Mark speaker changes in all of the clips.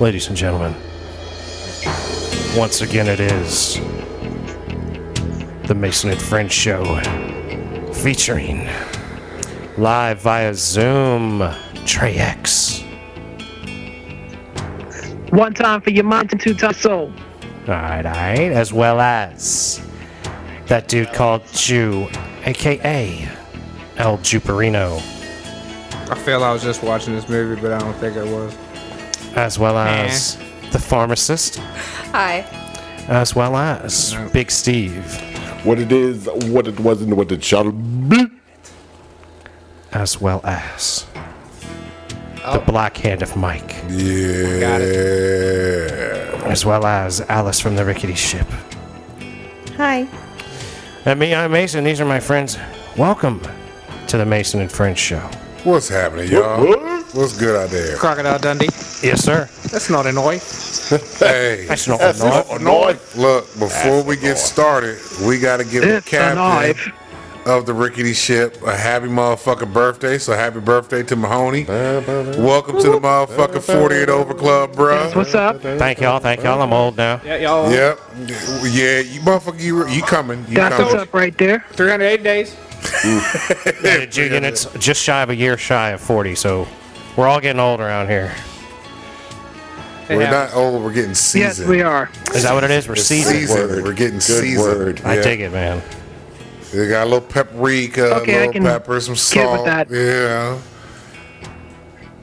Speaker 1: Ladies and gentlemen, once again it is the Mason and French Show featuring live via Zoom Trey X.
Speaker 2: One time for your mind and two times soul.
Speaker 1: Alright, alright, as well as that dude called Jew, aka El Juperino,
Speaker 3: I feel I was just watching this movie, but I don't think I was.
Speaker 1: as well as the pharmacist,
Speaker 4: Hi.
Speaker 1: as well as Big Steve.
Speaker 5: What it is, what it was, and what it shall be.
Speaker 1: as well as the Black Hand of Mike,
Speaker 3: Got it.
Speaker 1: as well as Alice from the Rickety Ship.
Speaker 4: Hi.
Speaker 1: And me, I'm Mason. These are my friends. Welcome to the Mason and Friends Show.
Speaker 6: What's happening, y'all? What's good out there?
Speaker 3: Crocodile Dundee.
Speaker 1: Yes, sir.
Speaker 3: That's not an oi.
Speaker 6: Hey,
Speaker 1: That's not enough.
Speaker 5: North.
Speaker 6: look, before we get started, we got to give the
Speaker 2: It's a
Speaker 6: captain
Speaker 2: knife.
Speaker 6: of the rickety ship a happy motherfucking birthday. So happy birthday to Mahoney. Welcome to the motherfucking 48 Over Club, bruh.
Speaker 2: What's up?
Speaker 1: Uh, Thank y'all. Thank y'all. I'm old now.
Speaker 3: Yeah, y'all.
Speaker 6: Yep. Yeah, you motherfucker, you, you coming. You
Speaker 2: That's what's
Speaker 6: coming.
Speaker 2: up right there.
Speaker 3: 308 days.
Speaker 1: Yeah, Jew units just shy of a year shy of 40, so we're all getting old around here.
Speaker 3: It
Speaker 6: We're
Speaker 3: happens.
Speaker 6: not old, we're getting seasoned.
Speaker 2: Yes, we are.
Speaker 1: Is that what it is? We're
Speaker 6: Seasoned.
Speaker 1: seasoned.
Speaker 5: Word.
Speaker 6: We're getting
Speaker 5: Good
Speaker 6: seasoned.
Speaker 5: word.
Speaker 1: I
Speaker 6: Yeah.
Speaker 1: dig it, man.
Speaker 6: They got a little paprika,
Speaker 2: Okay, I
Speaker 6: a
Speaker 2: can
Speaker 6: little pepper, some
Speaker 2: get with
Speaker 6: salt.
Speaker 2: that.
Speaker 6: Yeah.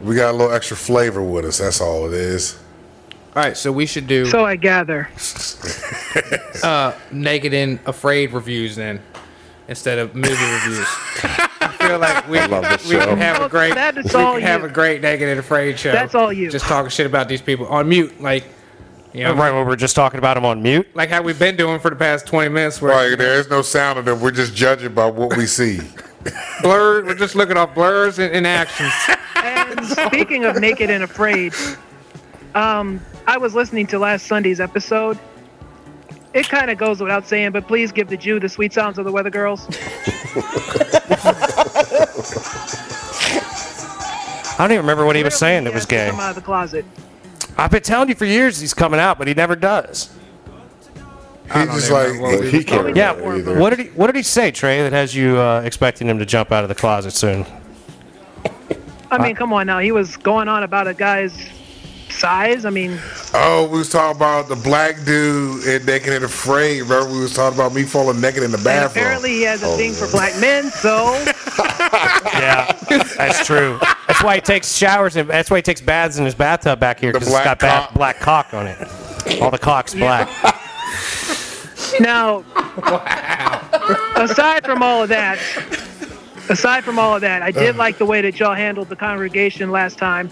Speaker 6: We got a little extra flavor with us. That's all it is.
Speaker 3: All right, so we should do
Speaker 2: So I gather.
Speaker 3: naked and afraid reviews then, instead of movie reviews. I feel like we,
Speaker 5: love this
Speaker 3: we
Speaker 5: show.
Speaker 3: can have a great
Speaker 2: That is
Speaker 3: we
Speaker 2: all
Speaker 3: can have
Speaker 2: you.
Speaker 3: a great naked and afraid show.
Speaker 2: That's all you.
Speaker 3: Just talking shit about these people on mute, like you know,
Speaker 1: Right, well, we're just talking about him on mute.
Speaker 3: like how we've been doing for the past 20 minutes. Where
Speaker 6: Like there is no sound of it. We're just judging by what we see.
Speaker 3: blur, we're just looking off blurs and, and actions.
Speaker 2: And speaking of naked and afraid, um, I was listening to last Sunday's episode. It kind of goes without saying, but please give the Jew the sweet sounds of the Weather Girls.
Speaker 1: I don't even remember what he was saying that was gay.
Speaker 2: Come out of the closet.
Speaker 1: I've been telling you for years he's coming out, but he never does.
Speaker 6: He's just
Speaker 3: even know
Speaker 6: like
Speaker 5: He can't
Speaker 1: Yeah.
Speaker 5: remember either.
Speaker 1: What did he What did he say, Trey? That has you uh, expecting him to jump out of the closet soon?
Speaker 2: I mean, come on now. He was going on about a guy's size. I mean,
Speaker 6: oh, we was talking about the black dude and naked and afraid. Remember we was talking about me falling naked in the
Speaker 2: and
Speaker 6: bathroom. Oh,
Speaker 2: apparently he has a thing for black men, so
Speaker 1: Yeah, that's true. That's why he takes showers and that's why he takes baths in his bathtub back here
Speaker 6: The
Speaker 1: because it's got
Speaker 6: black
Speaker 1: ba-
Speaker 6: cock.
Speaker 1: black cock on it. All the cock's black.
Speaker 2: now aside from all of that aside from all of that i did like the way that y'all handled the congregation last time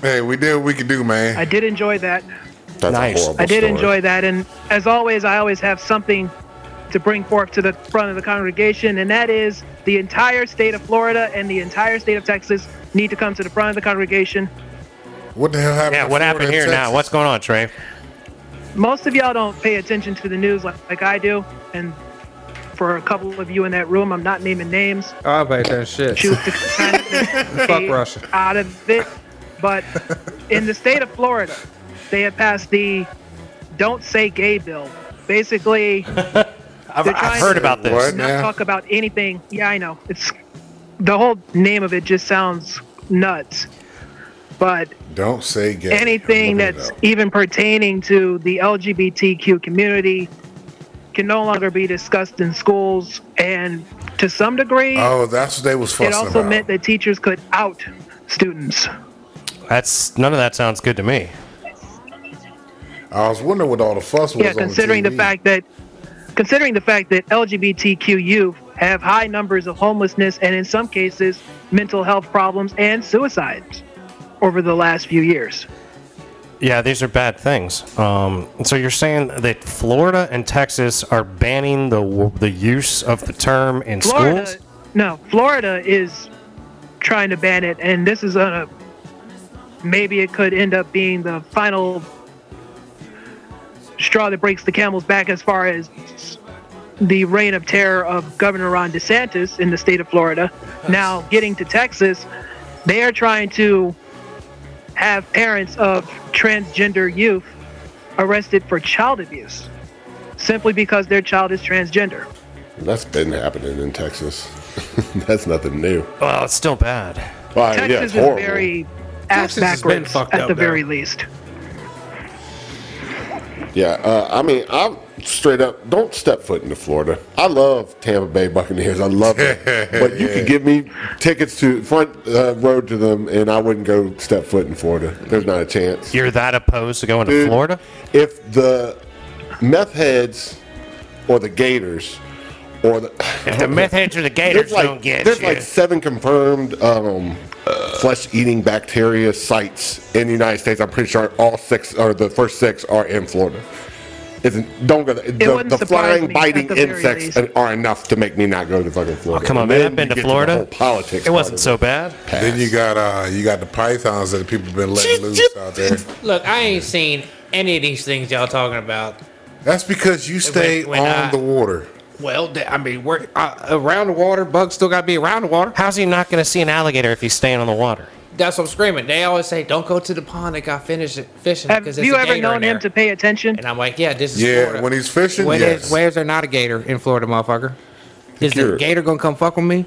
Speaker 6: hey, we did what we could do, man.
Speaker 2: i did enjoy that
Speaker 5: That's
Speaker 1: Nice.
Speaker 5: a horrible
Speaker 2: i did
Speaker 5: story.
Speaker 2: enjoy that and as always i always have something to bring forth to the front of the congregation and that is the entire state of florida and the entire state of texas need to come to the front of the congregation
Speaker 6: What the hell happened?
Speaker 1: Yeah,
Speaker 6: in
Speaker 1: what
Speaker 6: Florida
Speaker 1: happened
Speaker 6: and
Speaker 1: here now?
Speaker 6: Texas?
Speaker 1: What's going on, Trey?
Speaker 2: most of y'all don't pay attention to the news like, like i do and for a couple of you in that room i'm not naming names
Speaker 3: Oh, but that shit.
Speaker 2: choose to kind of stay
Speaker 3: Russia.
Speaker 2: out of it. But in the state of Florida, they have passed the "Don't Say Gay" bill. Basically,
Speaker 1: I've,
Speaker 2: They're
Speaker 1: I've
Speaker 2: trying
Speaker 1: heard
Speaker 2: to-
Speaker 1: about this.
Speaker 6: What?
Speaker 2: not
Speaker 6: Yeah.
Speaker 2: talk about anything. Yeah, I know. It's the whole name of it just sounds nuts. But
Speaker 6: Don't say gay.
Speaker 2: anything
Speaker 6: I'm looking it
Speaker 2: that's
Speaker 6: up.
Speaker 2: even pertaining to the LGBTQ community can no longer be discussed in schools, and to some degree,
Speaker 6: Oh, that's what they was fussing
Speaker 2: it also
Speaker 6: about.
Speaker 2: meant that teachers could out students.
Speaker 1: That's none of that sounds good to me.
Speaker 6: I was wondering what all the fuss was.
Speaker 2: Yeah,
Speaker 6: on
Speaker 2: considering the
Speaker 6: TV.
Speaker 2: fact that considering the fact that LGBTQ youth have high numbers of homelessness and in some cases mental health problems and suicides over the last few years.
Speaker 1: Yeah, these are bad things. Um, so you're saying that Florida and Texas are banning the w- the use of the term in
Speaker 2: Florida
Speaker 1: schools?
Speaker 2: No, Florida is trying to ban it and this is a maybe it could end up being the final straw that breaks the camel's back as far as the reign of terror of Governor Ron DeSantis in the state of Florida. Now, getting to Texas, they are trying to have parents of transgender youth arrested for child abuse simply because their child is transgender.
Speaker 5: That's been happening in Texas. That's nothing new.
Speaker 1: Well, it's still bad.
Speaker 5: Well, yeah,
Speaker 2: Texas
Speaker 5: it's horrible.
Speaker 2: is very ass
Speaker 3: Texas has been
Speaker 2: backwards
Speaker 3: fucked
Speaker 2: at
Speaker 3: up
Speaker 2: the
Speaker 3: now.
Speaker 2: very least.
Speaker 5: Yeah, uh, I mean, I'm straight up. Don't step foot into Florida. I love Tampa Bay Buccaneers. I love it, but you could give me tickets to front uh, road to them, and I wouldn't go step foot in Florida. There's not a chance.
Speaker 1: You're that opposed to going to
Speaker 5: Dude,
Speaker 1: Florida?
Speaker 5: If the meth heads, or the Gators, or the
Speaker 1: If the meth heads or the Gators
Speaker 5: there's like
Speaker 1: don't get
Speaker 5: there's
Speaker 1: you.
Speaker 5: like seven confirmed um, flesh-eating bacteria sites in the United States. I'm pretty sure all six or the first six are in Florida. It's, don't go. The,
Speaker 2: wouldn't
Speaker 5: the
Speaker 2: surprise
Speaker 5: flying,
Speaker 2: me
Speaker 5: biting
Speaker 2: at the very
Speaker 5: insects
Speaker 2: least.
Speaker 5: are enough to make me not go to fucking Florida.
Speaker 1: Oh, come on,
Speaker 5: And
Speaker 1: man.
Speaker 5: then
Speaker 1: I've been to
Speaker 5: you get
Speaker 1: Florida.
Speaker 5: the whole politics.
Speaker 1: it wasn't
Speaker 5: part
Speaker 1: so bad.
Speaker 5: of
Speaker 6: Then you got uh, you got the pythons that people been letting loose out there.
Speaker 3: Look, I ain't seen any of these things y'all talking about.
Speaker 6: That's because you stay
Speaker 3: when
Speaker 6: on
Speaker 3: I-
Speaker 6: the water.
Speaker 3: Well, th- I mean, we're uh, around the water. Bugs still got to be around the water.
Speaker 1: How's he not going to see an alligator if he's staying on the water?
Speaker 3: That's what I'm screaming. They always say, "Don't go to the pond that got finished fishing."
Speaker 2: Have
Speaker 3: 'cause it's
Speaker 2: you
Speaker 3: a
Speaker 2: ever
Speaker 3: gator in
Speaker 2: known him
Speaker 3: there."
Speaker 2: to pay attention?
Speaker 3: And I'm like, "Yeah, this is
Speaker 6: Yeah,
Speaker 3: Florida."
Speaker 6: when he's fishing,
Speaker 3: When
Speaker 6: yes.
Speaker 3: is- where's there not a gator in Florida, motherfucker? Is the
Speaker 5: Secure.
Speaker 3: gator gonna come fuck with me?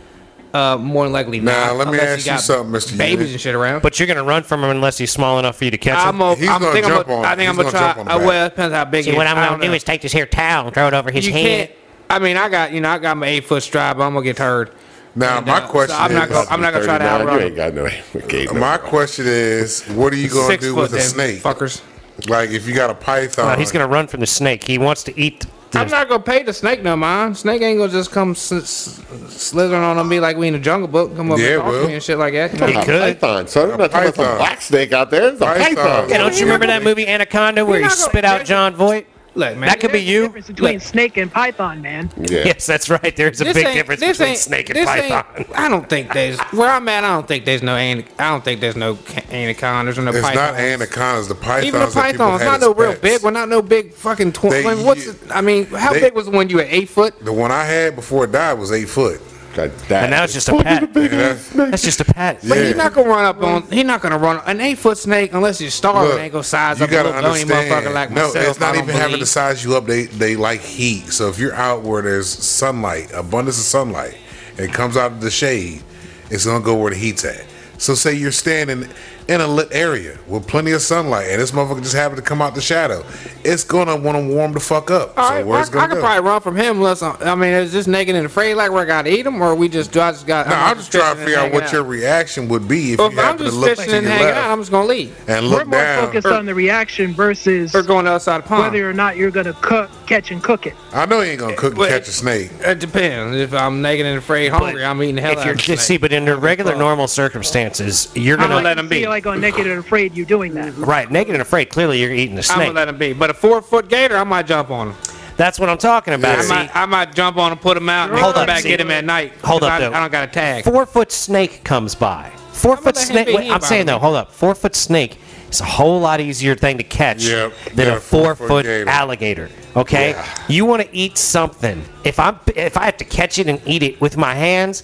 Speaker 3: Uh, more than likely
Speaker 6: Nah,
Speaker 3: not.
Speaker 6: let me
Speaker 3: unless
Speaker 6: ask you
Speaker 3: got
Speaker 6: something, Mr.
Speaker 3: Babies
Speaker 6: Unit.
Speaker 3: and shit around.
Speaker 1: But you're going to run from him unless he's small enough for you to catch him.
Speaker 3: I'm gonna,
Speaker 6: He's
Speaker 3: I'm
Speaker 6: gonna
Speaker 3: think I'm
Speaker 6: jump
Speaker 3: gonna,
Speaker 6: on-
Speaker 3: I think I'm
Speaker 6: he's
Speaker 3: gonna
Speaker 6: gonna
Speaker 3: try.
Speaker 6: jump
Speaker 3: uh,
Speaker 6: on
Speaker 3: well, it depends how big.
Speaker 1: See,
Speaker 3: it
Speaker 1: what
Speaker 3: is.
Speaker 1: I'm
Speaker 3: I
Speaker 1: going
Speaker 3: don't
Speaker 1: to do
Speaker 3: know.
Speaker 1: is take this here towel and throw it over his
Speaker 3: you
Speaker 1: head.
Speaker 3: can't. I mean, I got you know, I got my eight foot stride, but I'm gonna get hurt.
Speaker 6: Now
Speaker 3: And,
Speaker 6: my
Speaker 3: uh, so
Speaker 6: question
Speaker 3: I'm
Speaker 6: is,
Speaker 3: not gonna- I'm not gonna try to
Speaker 5: 39,
Speaker 3: outrun
Speaker 5: You
Speaker 3: him.
Speaker 5: ain't got no Gator.
Speaker 6: my question is, what are you gonna
Speaker 3: Six
Speaker 6: do
Speaker 3: foot,
Speaker 6: with a
Speaker 3: them
Speaker 6: snake?
Speaker 3: fuckers.
Speaker 6: Like if you got a python,
Speaker 1: Uh, he's going to run from the snake. He wants to eat. The,
Speaker 3: I'm not gonna pay the snake no mind. Snake ain't gonna just come s- s- slithering on me like we in the jungle book. Come up
Speaker 6: Yeah,
Speaker 3: and talk
Speaker 6: well.
Speaker 3: to me and shit like that.
Speaker 1: He
Speaker 5: A
Speaker 1: could.
Speaker 5: python. So I'm not talking about some
Speaker 6: python.
Speaker 5: black snake out there. It's a
Speaker 6: Python.
Speaker 5: python.
Speaker 1: Yeah, don't you remember that movie Anaconda where
Speaker 3: You're
Speaker 1: he
Speaker 3: not gonna-
Speaker 1: spit out John Voight?
Speaker 3: Look, man,
Speaker 1: That could be
Speaker 2: There's a
Speaker 1: you.
Speaker 2: difference between
Speaker 1: Look,
Speaker 2: snake and python, man.
Speaker 5: Yeah.
Speaker 1: yes, that's right. There's a big difference
Speaker 3: this
Speaker 1: between
Speaker 3: ain't-
Speaker 1: snake and
Speaker 3: this
Speaker 1: python.
Speaker 3: ain't- I don't think there's where I'm at. I don't think there's no. ana- I don't think there's no ca- anacondas or no
Speaker 6: it's
Speaker 3: pythons.
Speaker 6: not anacondas. The pythons.
Speaker 3: Even the
Speaker 6: that people
Speaker 3: pythons,
Speaker 6: had
Speaker 3: not
Speaker 6: as
Speaker 3: no real
Speaker 6: pets.
Speaker 3: big one, not no big fucking twin.
Speaker 6: They-
Speaker 3: what's? the- I mean, how
Speaker 6: they-
Speaker 3: big was the one you had? Eight foot.
Speaker 6: The one I had before it died was eight foot.
Speaker 5: God, that
Speaker 1: And now it's
Speaker 5: is
Speaker 1: just a pet.
Speaker 3: Hmm.
Speaker 6: And that's-
Speaker 1: That's just a pet.
Speaker 3: But
Speaker 6: Yeah.
Speaker 3: he's not gonna run up on. He's not gonna run an eight foot snake unless you're starving.
Speaker 6: Look,
Speaker 3: ain't gonna size
Speaker 6: you
Speaker 3: up a
Speaker 6: gotta
Speaker 3: little bony motherfucker
Speaker 6: understand.
Speaker 3: like
Speaker 6: no,
Speaker 3: myself.
Speaker 6: it's not
Speaker 3: I
Speaker 6: even
Speaker 3: don't
Speaker 6: having to
Speaker 3: believe.
Speaker 6: size you up. They they like heat. So if you're out where there's sunlight, abundance of sunlight, and it comes out of the shade, it's gonna go where the heat's at. So say you're standing in a lit area with plenty of sunlight, and this motherfucker just happened to come out the shadow. It's gonna want to warm the fuck up.
Speaker 3: All
Speaker 6: so
Speaker 3: right,
Speaker 6: where's it
Speaker 3: I, I
Speaker 6: gonna
Speaker 3: could
Speaker 6: go?
Speaker 3: probably run from him unless I, I mean, is this naked and afraid like we're gotta eat him, or we just do I just got?
Speaker 6: No, I'm just trying to figure out what your
Speaker 3: you're.
Speaker 6: reaction would be if
Speaker 3: If
Speaker 6: you
Speaker 3: I'm
Speaker 6: happen to
Speaker 3: just
Speaker 6: look to
Speaker 3: fishing
Speaker 6: your
Speaker 3: and hanging out, I'm
Speaker 6: left
Speaker 3: just gonna leave
Speaker 6: and
Speaker 2: We're
Speaker 6: look
Speaker 2: more
Speaker 6: down.
Speaker 2: focused
Speaker 3: Er.
Speaker 2: on the reaction versus
Speaker 3: or going to the outside pond.
Speaker 2: whether or not you're gonna cook, catch and cook it.
Speaker 6: I know you ain't gonna cook and
Speaker 3: But-
Speaker 6: catch a snake.
Speaker 3: It depends. If I'm naked and afraid, hungry, I'm eating the hell
Speaker 1: If
Speaker 3: out
Speaker 1: you're
Speaker 3: of a
Speaker 1: just see,
Speaker 3: snake.
Speaker 1: but in the regular normal circumstances, you're
Speaker 2: I'm
Speaker 1: gonna
Speaker 2: like,
Speaker 1: let him be.
Speaker 2: See, like on Naked and Afraid, you doing that.
Speaker 1: Right, naked and afraid. Clearly, you're eating the
Speaker 3: I'm gonna
Speaker 1: snake.
Speaker 3: let him be. But a four foot gator, I might jump on him.
Speaker 1: That's what I'm talking about.
Speaker 3: I
Speaker 1: see?
Speaker 3: might, I might jump on him, put him out, and
Speaker 1: Hold
Speaker 3: hold come
Speaker 1: up,
Speaker 3: back,
Speaker 1: see.
Speaker 3: get him at night.
Speaker 1: Hold
Speaker 3: 'cause
Speaker 1: up,
Speaker 3: I,
Speaker 1: though.
Speaker 3: I don't got a tag.
Speaker 1: four foot snake comes by. Four foot
Speaker 3: let him
Speaker 1: snake.
Speaker 3: be,
Speaker 1: wait,
Speaker 3: he
Speaker 1: I'm
Speaker 3: ain't
Speaker 1: saying
Speaker 3: bothering
Speaker 1: though,
Speaker 3: me.
Speaker 1: hold up. Four foot snake is a whole lot easier thing to catch
Speaker 6: Yep,
Speaker 1: than a four foot
Speaker 6: gator.
Speaker 1: alligator. Okay, you want to eat something. If I'm if I have to catch it and eat it with my hands,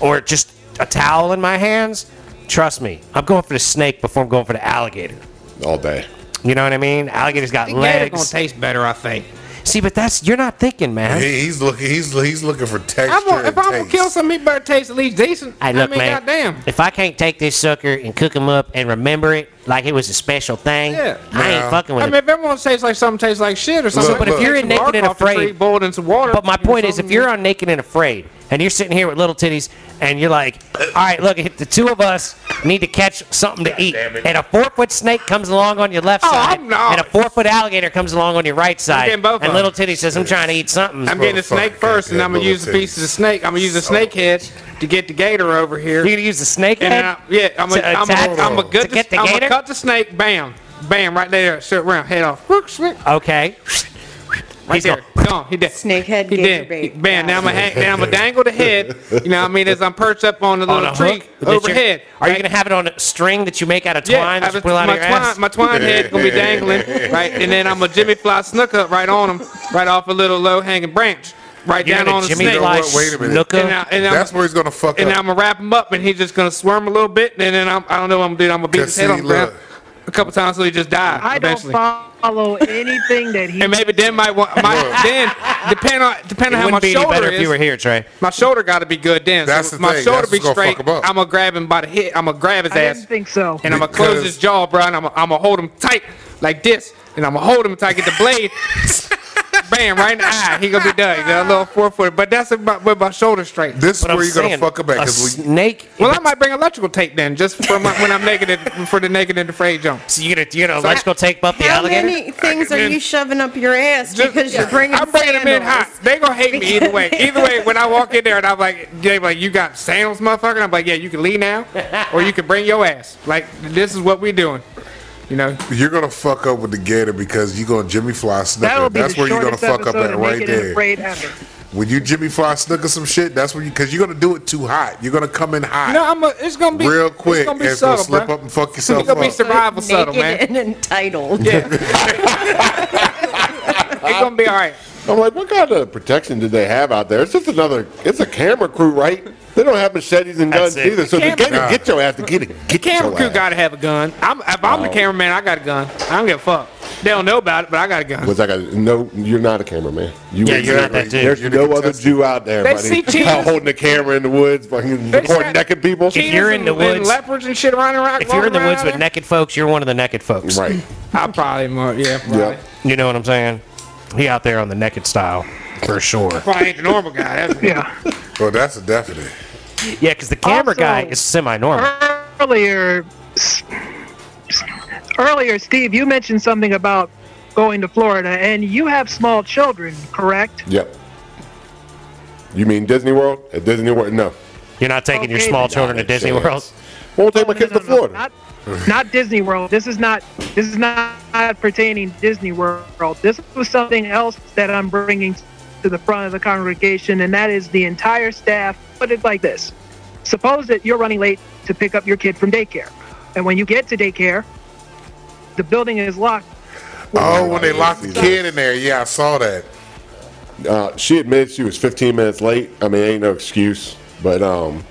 Speaker 1: or just a towel in my hands, trust me, I'm going for the snake before I'm going for the alligator.
Speaker 5: all day.
Speaker 1: You know what I mean? Alligator's got
Speaker 3: The gator gonna
Speaker 1: legs.
Speaker 3: taste better, I think.
Speaker 1: See, but that's you're not thinking, man.
Speaker 6: He, he's looking. He's he's looking for texture.
Speaker 3: I'm gonna, if
Speaker 6: and
Speaker 3: I'm gonna
Speaker 6: taste.
Speaker 3: kill some, he better taste at least decent.
Speaker 1: Hey, look,
Speaker 3: I mean,
Speaker 1: man.
Speaker 3: goddamn.
Speaker 1: If I can't take this sucker and cook him up and remember it like it was a special thing,
Speaker 3: Yeah.
Speaker 1: I
Speaker 6: Yeah.
Speaker 1: ain't fucking with
Speaker 3: I
Speaker 1: him.
Speaker 3: mean, if everyone tastes like something tastes like shit or something,
Speaker 6: Look, but if
Speaker 3: take
Speaker 1: you're
Speaker 3: some
Speaker 1: in Naked
Speaker 3: bark
Speaker 1: and
Speaker 3: off the tree,
Speaker 1: Afraid-
Speaker 3: boiled in some water.
Speaker 1: but my
Speaker 3: give it
Speaker 1: point is, if
Speaker 3: something
Speaker 1: you're
Speaker 3: to-
Speaker 1: on Naked and Afraid and you're sitting here with little titties and you're like, all right, look, if the two of us need to catch something to eat,
Speaker 6: damn it.
Speaker 1: and a four foot snake comes along on your left
Speaker 3: Oh,
Speaker 1: side,
Speaker 3: I'm not.
Speaker 1: and a four foot alligator comes along on your right side,
Speaker 3: getting both
Speaker 1: and
Speaker 3: of
Speaker 1: little
Speaker 3: them.
Speaker 1: titty says, I'm trying to eat something,
Speaker 3: I'm getting the snake
Speaker 6: Motherfucker,
Speaker 3: first, and I'm gonna
Speaker 6: little
Speaker 3: use the piece of the snake. I'm gonna use the
Speaker 6: So-
Speaker 3: snake head to get the gator over here.
Speaker 1: you're going to use the snake
Speaker 3: And
Speaker 1: head?
Speaker 3: I, yeah, I'm a,
Speaker 1: To
Speaker 3: I'm
Speaker 1: attack-
Speaker 3: a, I'm a good.
Speaker 1: to get the
Speaker 3: I'm
Speaker 1: gator?
Speaker 3: a cut the snake. Bam, bam, right there. Sit around, head off. Whoop, swick,
Speaker 1: okay.
Speaker 3: Right
Speaker 1: He's
Speaker 3: there. Gone. He did.
Speaker 4: Snakehead
Speaker 3: He
Speaker 4: gator
Speaker 3: did.
Speaker 4: bait.
Speaker 3: He- Bam. Now I'm gonna hang. Now I'm gonna dangle the head. You know what I mean? As I'm perched up on the
Speaker 1: On
Speaker 3: little
Speaker 1: a
Speaker 3: tree
Speaker 1: hook? that you're-
Speaker 3: overhead.
Speaker 1: Are you
Speaker 3: right?
Speaker 1: going to have it on a string that you make out of twine
Speaker 3: Yeah, I
Speaker 1: that you
Speaker 3: was-
Speaker 1: pull out
Speaker 3: my
Speaker 1: of your
Speaker 3: twine,
Speaker 1: ass?
Speaker 3: my twine head gonna be dangling, right? And then I'm a Jimmy Fly snook up right on him, right off a little low hanging branch. right
Speaker 1: You're
Speaker 3: down
Speaker 1: gonna
Speaker 3: on the
Speaker 1: Jimmy
Speaker 3: snake.
Speaker 1: Slice
Speaker 6: Wait a minute.
Speaker 1: snooker?
Speaker 3: And I- and I-
Speaker 6: That's where he's gonna fuck
Speaker 3: and
Speaker 6: up.
Speaker 3: I'm gonna wrap him up, and he's just gonna squirm a little bit, and then I'm, I don't know what I'm gonna do. I'm gonna beat his
Speaker 6: Cause
Speaker 3: head
Speaker 6: see,
Speaker 3: on the ground
Speaker 6: look.
Speaker 3: a couple times so he just dies
Speaker 2: I don't
Speaker 3: eventually.
Speaker 2: follow anything that he.
Speaker 3: and maybe then might want might then depend on depend
Speaker 1: It
Speaker 3: on how my
Speaker 1: wouldn't be any
Speaker 3: shoulder
Speaker 1: better if
Speaker 3: is.
Speaker 1: you were here, Trey.
Speaker 3: My shoulder got to be good then.
Speaker 6: That's
Speaker 3: so
Speaker 6: the
Speaker 3: my
Speaker 6: thing.
Speaker 3: shoulder
Speaker 6: That's
Speaker 3: be
Speaker 6: what's gonna
Speaker 3: straight.
Speaker 6: fuck him up.
Speaker 3: I'm gonna grab him by the hip. I'm gonna grab his
Speaker 2: I
Speaker 3: ass,
Speaker 2: didn't think so.
Speaker 3: and I'm gonna close
Speaker 6: Because-
Speaker 3: his jaw, bro. And I'm I'm gonna hold him tight like this, and I'm gonna hold him until I get the blade. Bam! Right in the eye. He gonna be done. He got a little four foot, but that's about with my shoulder strength.
Speaker 6: this is
Speaker 1: But I'm
Speaker 6: where you're gonna
Speaker 1: saying,
Speaker 6: fuck up at
Speaker 1: a
Speaker 6: 'cause we,
Speaker 1: snake.
Speaker 3: Well, I might bring electrical tape then, just for my, when I'm negative for the naked and the frayed jump.
Speaker 1: So you're gonna you're gonna electrical tape up the
Speaker 4: How
Speaker 1: alligator?
Speaker 4: many things are
Speaker 3: Then-
Speaker 4: you shoving up your ass
Speaker 3: Just-
Speaker 4: because you're bringing
Speaker 3: I'm bringing them in hot.
Speaker 4: sandals?
Speaker 3: They gonna hate me either way.
Speaker 4: Because-
Speaker 3: Either way, when I walk in there and I'm like, they like, you got sandals, motherfucker. And I'm like, yeah, you can leave now, or you can bring your ass. Like, this is what we doing. You know,
Speaker 6: you're gonna fuck up with the gator because you're gonna Jimmy Fly
Speaker 2: That
Speaker 6: snooker.
Speaker 2: would be
Speaker 6: That's
Speaker 2: the
Speaker 6: where you're gonna
Speaker 2: shortest
Speaker 6: fuck up
Speaker 2: episode
Speaker 6: at
Speaker 2: of
Speaker 6: right
Speaker 2: Naked and
Speaker 6: there.
Speaker 2: Afraid ever.
Speaker 6: When you Jimmy Fly snooker some shit, that's when you because you're gonna do it too hot. You're gonna come in hot.
Speaker 3: you know, I'm. A, it's gonna be
Speaker 6: real quick,
Speaker 3: It's gonna be
Speaker 6: and it's
Speaker 3: subtle,
Speaker 6: gonna slip
Speaker 3: bruh.
Speaker 6: up and fuck
Speaker 3: It's
Speaker 6: yourself
Speaker 3: gonna be
Speaker 6: up.
Speaker 3: survival subtle,
Speaker 4: Naked
Speaker 3: man.
Speaker 4: and entitled.
Speaker 3: It's gonna be all right.
Speaker 5: I'm like, what kind of protection did they have out there? It's just another. It's a camera crew, right? They don't have machetes and
Speaker 1: That's
Speaker 5: guns
Speaker 1: it.
Speaker 5: either. So
Speaker 3: Camera-
Speaker 5: if you
Speaker 6: Nah.
Speaker 5: gotta get your ass to get it. Get
Speaker 3: Camera
Speaker 5: your
Speaker 3: crew
Speaker 5: ass.
Speaker 3: gotta have a gun. I'm, if I'm
Speaker 1: Oh.
Speaker 3: the cameraman, I got a gun. I don't give a fuck. They don't know about it, but I got a gun.
Speaker 5: Was I got no? You're not a cameraman. You
Speaker 1: Yeah,
Speaker 5: would
Speaker 1: you're
Speaker 5: be-
Speaker 1: not that dude.
Speaker 5: There's
Speaker 6: You're the
Speaker 5: no other
Speaker 6: contestant.
Speaker 5: Jew out there,
Speaker 3: They
Speaker 5: buddy.
Speaker 3: see cheetahs.
Speaker 5: out holding the camera in the woods, fucking recording
Speaker 3: got-
Speaker 5: naked people.
Speaker 3: Cheetahs
Speaker 1: you're in the
Speaker 3: and- and
Speaker 1: woods-
Speaker 3: leopards and shit running around.
Speaker 1: If you're in the
Speaker 3: walking
Speaker 1: woods
Speaker 3: around
Speaker 1: with
Speaker 3: there,
Speaker 1: naked folks, you're one of the naked folks.
Speaker 5: Right.
Speaker 3: I probably more. Yeah, probably.
Speaker 5: Yeah.
Speaker 1: You know what I'm saying? He out there on the naked style for sure.
Speaker 3: Probably ain't the normal guy. That's
Speaker 2: Yeah.
Speaker 6: Well, that's a definite.
Speaker 1: Yeah, because the camera
Speaker 2: Also-
Speaker 1: guy is semi-normal.
Speaker 2: earlier, s- earlier, Steve, you mentioned something about going to Florida, and you have small children, correct?
Speaker 5: Yep. You mean Disney World? At Disney World? No.
Speaker 1: You're not taking your
Speaker 2: Okay,
Speaker 1: small
Speaker 2: then.
Speaker 1: children to Disney
Speaker 5: Chance.
Speaker 1: World.
Speaker 5: Won't take my kids
Speaker 2: No,
Speaker 5: to
Speaker 2: no, no,
Speaker 5: Florida.
Speaker 2: Not, not Disney World. This is not. This is not pertaining to Disney World. This was something else that I'm bringing to the front of the congregation, and that is the entire staff. Put it like this: Suppose that you're running late to pick up your kid from daycare, and when you get to daycare, the building is locked.
Speaker 6: Oh, when they locked the kid in there, yeah, I saw that.
Speaker 5: Uh, she admits she was 15 minutes late. I mean, ain't no excuse. But um,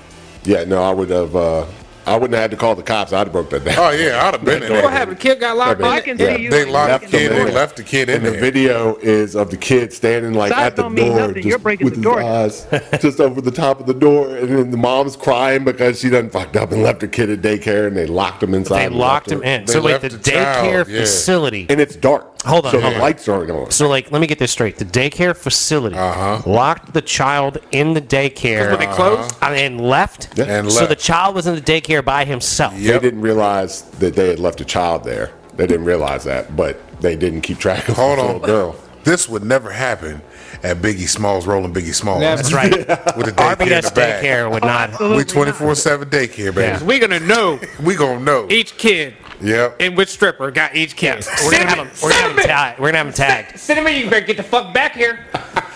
Speaker 5: yeah, no, I would have. Uh, I wouldn't have had to call the cops. I'd have broke that down.
Speaker 6: Oh yeah, I'd have been in
Speaker 3: What
Speaker 6: there.
Speaker 3: happened? The kid got locked
Speaker 5: Yeah,
Speaker 2: I
Speaker 3: in.
Speaker 2: can
Speaker 5: yeah,
Speaker 2: see you.
Speaker 6: They locked the
Speaker 5: Left them
Speaker 6: kid. They
Speaker 5: in.
Speaker 6: left the kid in
Speaker 5: And the
Speaker 6: there.
Speaker 5: video is of the kid standing like
Speaker 2: Size
Speaker 5: at the
Speaker 2: don't mean
Speaker 5: door,
Speaker 2: nothing.
Speaker 5: just
Speaker 2: You're breaking
Speaker 5: with
Speaker 2: the door
Speaker 5: his eyes just over the top of the door, and then the mom's crying because she done fucked up and left her kid at daycare, and they locked him inside.
Speaker 1: They
Speaker 5: and
Speaker 1: locked
Speaker 5: her-
Speaker 1: him in.
Speaker 6: They
Speaker 1: So like
Speaker 6: left
Speaker 1: the
Speaker 6: the child,
Speaker 1: daycare
Speaker 6: yeah.
Speaker 1: facility.
Speaker 5: and it's dark.
Speaker 1: Hold on,
Speaker 5: so
Speaker 1: hold
Speaker 5: the
Speaker 1: on.
Speaker 5: lights aren't on.
Speaker 1: So like, let me get this straight. The daycare facility
Speaker 6: Uh-huh.
Speaker 1: locked the child in the
Speaker 3: Were they
Speaker 1: daycare Uh-huh.
Speaker 3: closed?
Speaker 1: and left.
Speaker 6: And
Speaker 1: so
Speaker 6: left.
Speaker 1: the child was in the daycare by himself.
Speaker 6: Yep.
Speaker 5: They didn't realize that they had left a child there. They didn't realize that, but they didn't keep track of
Speaker 6: Hold
Speaker 5: the
Speaker 6: on,
Speaker 5: little girl.
Speaker 6: This would never happen at Biggie Smalls rolling Biggie Smalls.
Speaker 3: Never.
Speaker 1: That's right.
Speaker 6: With the daycare in the
Speaker 1: RBS
Speaker 6: back.
Speaker 1: daycare would not.
Speaker 2: Absolutely
Speaker 6: We
Speaker 2: not.
Speaker 6: twenty four seven daycare, baby.
Speaker 1: Yeah.
Speaker 3: We're gonna know
Speaker 6: We gonna know.
Speaker 3: each kid
Speaker 6: Yep.
Speaker 3: and which stripper got each kid.
Speaker 1: We're gonna have him. We're gonna have him tagged. We're gonna have him tagged.
Speaker 3: Cinnamon, you better get the fuck back here.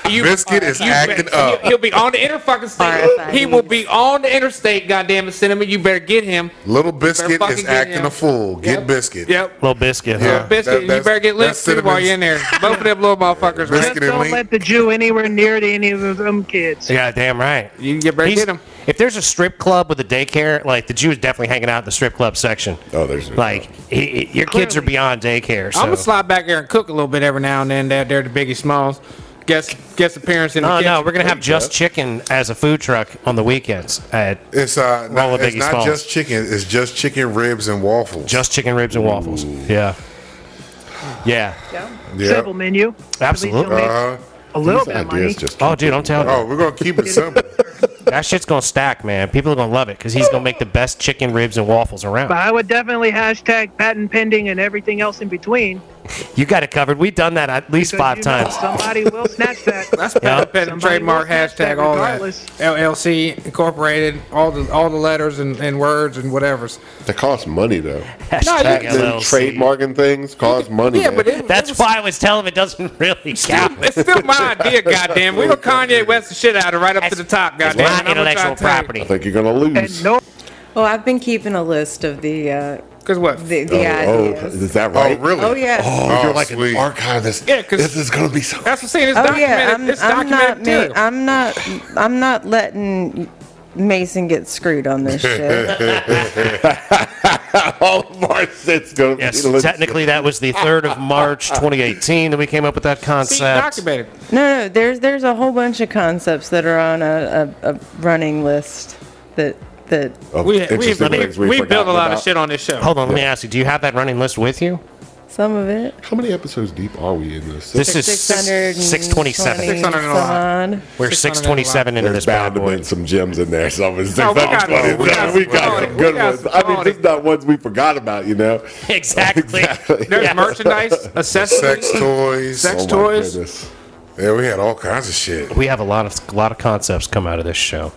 Speaker 3: You,
Speaker 6: Biscuit is acting
Speaker 3: he'll,
Speaker 6: up.
Speaker 3: He'll be on the inter fucking state.
Speaker 4: RFID.
Speaker 3: He will be on the interstate. Goddamn it, Cinnamon, you better get him.
Speaker 6: Little biscuit
Speaker 3: fucking
Speaker 6: is
Speaker 3: get
Speaker 6: acting
Speaker 3: him.
Speaker 6: a fool. Get
Speaker 3: Yep.
Speaker 6: biscuit.
Speaker 3: Yep. Uh,
Speaker 1: Little biscuit.
Speaker 6: Yeah.
Speaker 1: Huh?
Speaker 3: Biscuit,
Speaker 6: That-
Speaker 3: you
Speaker 6: that's-
Speaker 3: better get lit
Speaker 6: that's
Speaker 3: too while
Speaker 6: Cinnamon's-
Speaker 3: you're in there. Both of them little motherfuckers,
Speaker 6: Biscuit
Speaker 3: man.
Speaker 2: Just
Speaker 6: and
Speaker 2: don't
Speaker 6: Link.
Speaker 2: let the Jew anywhere near to any of them kids.
Speaker 1: Yeah, damn right.
Speaker 3: You you better
Speaker 1: He's-
Speaker 3: get him.
Speaker 1: If there's a strip club with a daycare, like the Jew is definitely hanging out in the strip club section.
Speaker 5: Oh, there's
Speaker 1: Like he, he- your kids are
Speaker 2: Clearly.
Speaker 1: beyond daycare. So.
Speaker 3: I'm gonna slide back there and cook a little bit every now and then. That there, the Biggie Smalls. Guess guess appearance in the
Speaker 1: Oh, No,
Speaker 3: kitchen.
Speaker 1: no, we're gonna have just chicken as a food truck on the weekends at
Speaker 6: It's uh,
Speaker 1: Roll
Speaker 6: not,
Speaker 1: a
Speaker 6: it's
Speaker 1: Biggie
Speaker 6: not
Speaker 1: Smalls.
Speaker 6: just chicken. It's just chicken ribs and waffles.
Speaker 1: just chicken ribs and waffles. Yeah, yeah,
Speaker 6: yep.
Speaker 2: Simple menu.
Speaker 1: absolutely.
Speaker 2: At least
Speaker 6: Uh,
Speaker 2: you'll make a little
Speaker 5: These
Speaker 2: bit of money.
Speaker 5: ideas just
Speaker 1: Oh, dude, I'm telling you,
Speaker 6: oh, we're gonna keep it simple.
Speaker 1: that shit's gonna stack, man. People are gonna love it because he's gonna make the best chicken ribs and waffles
Speaker 2: But
Speaker 1: around.
Speaker 2: I would definitely hashtag patent pending and everything else in between.
Speaker 1: You got it covered. We've done that at least
Speaker 2: 'cause
Speaker 1: five
Speaker 2: you know
Speaker 1: times.
Speaker 2: Somebody will snatch that.
Speaker 3: That's yeah. patent
Speaker 2: Somebody
Speaker 3: trademark
Speaker 2: will snatch
Speaker 3: hashtag
Speaker 2: that
Speaker 3: all that
Speaker 2: regardless.
Speaker 3: LLC incorporated all the all the letters and, and words and whatever's.
Speaker 5: That costs money though.
Speaker 1: Hashtag
Speaker 5: Taxes,
Speaker 1: LLC.
Speaker 5: trademarking things cost money.
Speaker 3: Yeah,
Speaker 5: man.
Speaker 3: but it,
Speaker 1: That's
Speaker 3: it was,
Speaker 1: why I was telling him it doesn't really count.
Speaker 3: It's still my idea, goddamn. We gonna Kanye West the shit out of right up to the top,
Speaker 1: It's
Speaker 3: goddamn.
Speaker 1: my
Speaker 3: I'm gonna try
Speaker 1: intellectual
Speaker 3: and tell you.
Speaker 1: property.
Speaker 4: Oh,
Speaker 5: I think you're gonna lose.
Speaker 2: And no,
Speaker 4: Well, I've been keeping a list of the uh,
Speaker 3: Cause what?
Speaker 4: The, the
Speaker 5: oh,
Speaker 4: ideas.
Speaker 5: is that
Speaker 6: Oh,
Speaker 5: right?
Speaker 6: really?
Speaker 4: Oh, yeah.
Speaker 5: Oh, you're like
Speaker 6: sweet.
Speaker 5: an archivist.
Speaker 3: Yeah, 'cause-
Speaker 5: this is gonna be so.
Speaker 3: That's what I'm saying. It's
Speaker 4: Oh
Speaker 3: documented.
Speaker 4: yeah, I'm,
Speaker 3: it's
Speaker 4: I'm
Speaker 3: documented
Speaker 4: not
Speaker 3: material.
Speaker 4: ma- I'm not I'm not letting Mason get screwed on this shit.
Speaker 5: All of our shit's gonna
Speaker 1: Yes,
Speaker 5: be.
Speaker 1: technically that was the 3rd of March 2018 that we came up with that
Speaker 3: See,
Speaker 1: concept.
Speaker 3: documented.
Speaker 4: no, no, there's there's a whole bunch of concepts that are on a, a, a running list that that
Speaker 5: of
Speaker 3: We, we,
Speaker 5: Oh, interesting
Speaker 3: we,
Speaker 5: things we've
Speaker 3: we built a
Speaker 5: forgotten
Speaker 3: lot of
Speaker 5: about.
Speaker 3: shit on this show.
Speaker 1: Hold on, let me ask you, do you have that running list with you?
Speaker 4: some of it.
Speaker 5: How many episodes deep are we in this?
Speaker 1: This is
Speaker 4: Six hundred
Speaker 1: 627.
Speaker 3: 600 and a lot.
Speaker 1: We're 627 into this
Speaker 5: There's bound
Speaker 1: bad
Speaker 5: to
Speaker 1: boy.
Speaker 5: be some gems in there. So we
Speaker 3: No, we got-
Speaker 5: got,
Speaker 3: we got
Speaker 5: we
Speaker 3: some
Speaker 5: got
Speaker 3: quality.
Speaker 5: some good
Speaker 3: We got
Speaker 5: ones.
Speaker 3: some
Speaker 5: I mean,
Speaker 3: quality.
Speaker 5: this is not ones we forgot about, you know.
Speaker 1: Exactly.
Speaker 3: There's
Speaker 1: Yeah.
Speaker 3: merchandise, accessories.
Speaker 6: Sex toys.
Speaker 3: Sex
Speaker 5: Oh my
Speaker 3: toys.
Speaker 5: goodness.
Speaker 6: Yeah, we had all kinds of shit.
Speaker 1: We have a lot of a lot of concepts come out of this show.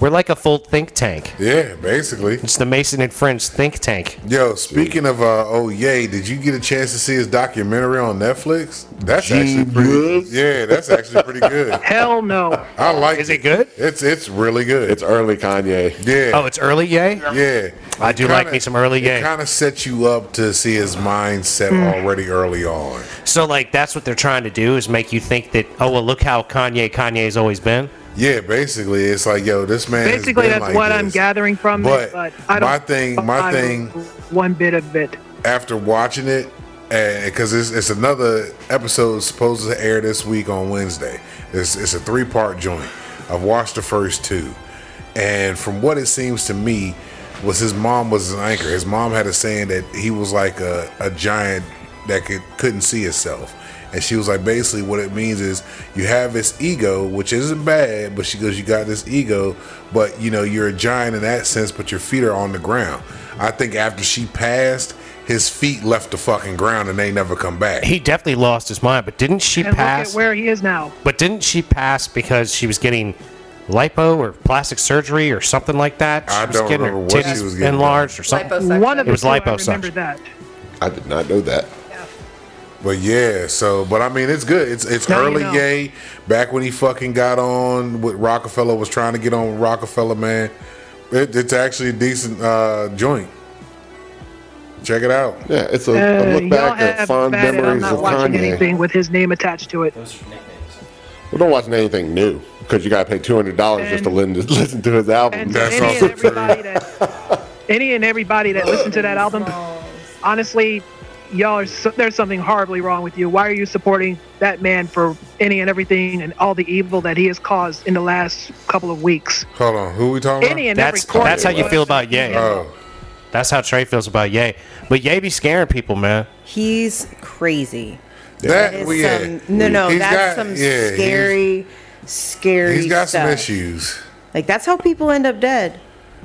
Speaker 1: We're like a full think tank.
Speaker 6: Yeah, basically.
Speaker 1: It's the Mason and Friends think tank.
Speaker 6: Yo, speaking of uh, oh yay, did you get a chance to see his documentary on Netflix? That's actually pretty.
Speaker 5: Genius.
Speaker 6: Yeah, that's actually pretty good.
Speaker 2: Hell no.
Speaker 6: I like.
Speaker 1: Is it good?
Speaker 6: It's it's really good.
Speaker 5: It's early Kanye.
Speaker 6: yeah.
Speaker 1: Oh, it's early, yay?
Speaker 6: Yeah,
Speaker 1: I do like me some early yay.
Speaker 6: It kind of sets you up to see his mindset already early on.
Speaker 1: So like that's what they're trying to do is make you think that oh well look how Kanye Kanye's always been.
Speaker 6: Yeah, basically, it's like, yo, this man. has
Speaker 2: Basically,
Speaker 6: been
Speaker 2: that's
Speaker 6: like
Speaker 2: what
Speaker 6: this.
Speaker 2: I'm gathering from
Speaker 6: But
Speaker 2: it. But I don't.
Speaker 6: my thing- my
Speaker 2: I don't-
Speaker 6: thing-
Speaker 2: One bit of it.
Speaker 6: After watching it, because it's, it's another episode supposed to air this week on Wednesday. It's it's a three part joint. I've watched the first two, and from what it seems to me, was his mom was an anchor. His mom had a saying that he was like a, a giant that could couldn't see itself. And she was like, basically, what it means is you have this ego, which isn't bad, but she goes, you got this ego, but you know, you're a giant in that sense, but your feet are on the ground. I think after she passed, his feet left the fucking ground and they never come back.
Speaker 1: He definitely lost his mind, but didn't she
Speaker 2: And look
Speaker 1: pass
Speaker 2: at where he is now.
Speaker 1: but didn't she pass because she was getting lipo or plastic surgery or something like that? She
Speaker 6: I
Speaker 1: was
Speaker 6: don't
Speaker 1: getting
Speaker 6: remember
Speaker 1: her
Speaker 6: what she
Speaker 1: titties
Speaker 6: was getting done.
Speaker 1: enlarged or something.
Speaker 2: One
Speaker 1: It
Speaker 2: of the
Speaker 1: was
Speaker 2: two, I
Speaker 1: liposuction.
Speaker 2: remember that.
Speaker 5: I did not know that.
Speaker 6: But yeah, so but I mean it's good. It's it's
Speaker 2: Now you
Speaker 6: early
Speaker 2: know.
Speaker 6: yay. Back when he fucking got on with Rockefeller, was trying to get on with Rockefeller, man. It, it's actually a decent uh, joint. Check it out.
Speaker 5: Yeah, it's a,
Speaker 2: Uh,
Speaker 5: a look
Speaker 2: y'all
Speaker 5: back
Speaker 2: have
Speaker 5: at fond
Speaker 2: bad it. I'm
Speaker 5: memories
Speaker 2: not
Speaker 5: of
Speaker 2: watching
Speaker 5: Kanye.
Speaker 2: anything with his name attached to it.
Speaker 5: Well, don't watch anything new because you got to pay two hundred dollars just to listen, listen to his album.
Speaker 2: And to
Speaker 6: That's
Speaker 2: any and
Speaker 6: also true.
Speaker 2: everybody that any and everybody that listened to that album, honestly, y'all are so, there's something horribly wrong with you. Why are you supporting that man for any and everything and all the evil that he has caused in the last couple of weeks?
Speaker 6: Hold on, who we talking
Speaker 2: Any
Speaker 6: about?
Speaker 2: and
Speaker 1: That's
Speaker 2: every corner.
Speaker 1: that's how you feel about Ye.
Speaker 6: Oh,
Speaker 1: That's how Trey feels about Ye. But Ye be scaring people, man.
Speaker 4: He's crazy. That
Speaker 6: that
Speaker 4: is
Speaker 6: we
Speaker 4: some,
Speaker 6: had.
Speaker 4: no, no,
Speaker 6: He's
Speaker 4: that's
Speaker 6: got-
Speaker 4: some
Speaker 6: yeah, he's-
Speaker 4: scary, scary.
Speaker 6: he's got some
Speaker 4: stuff.
Speaker 6: issues.
Speaker 4: Like that's how people end up dead.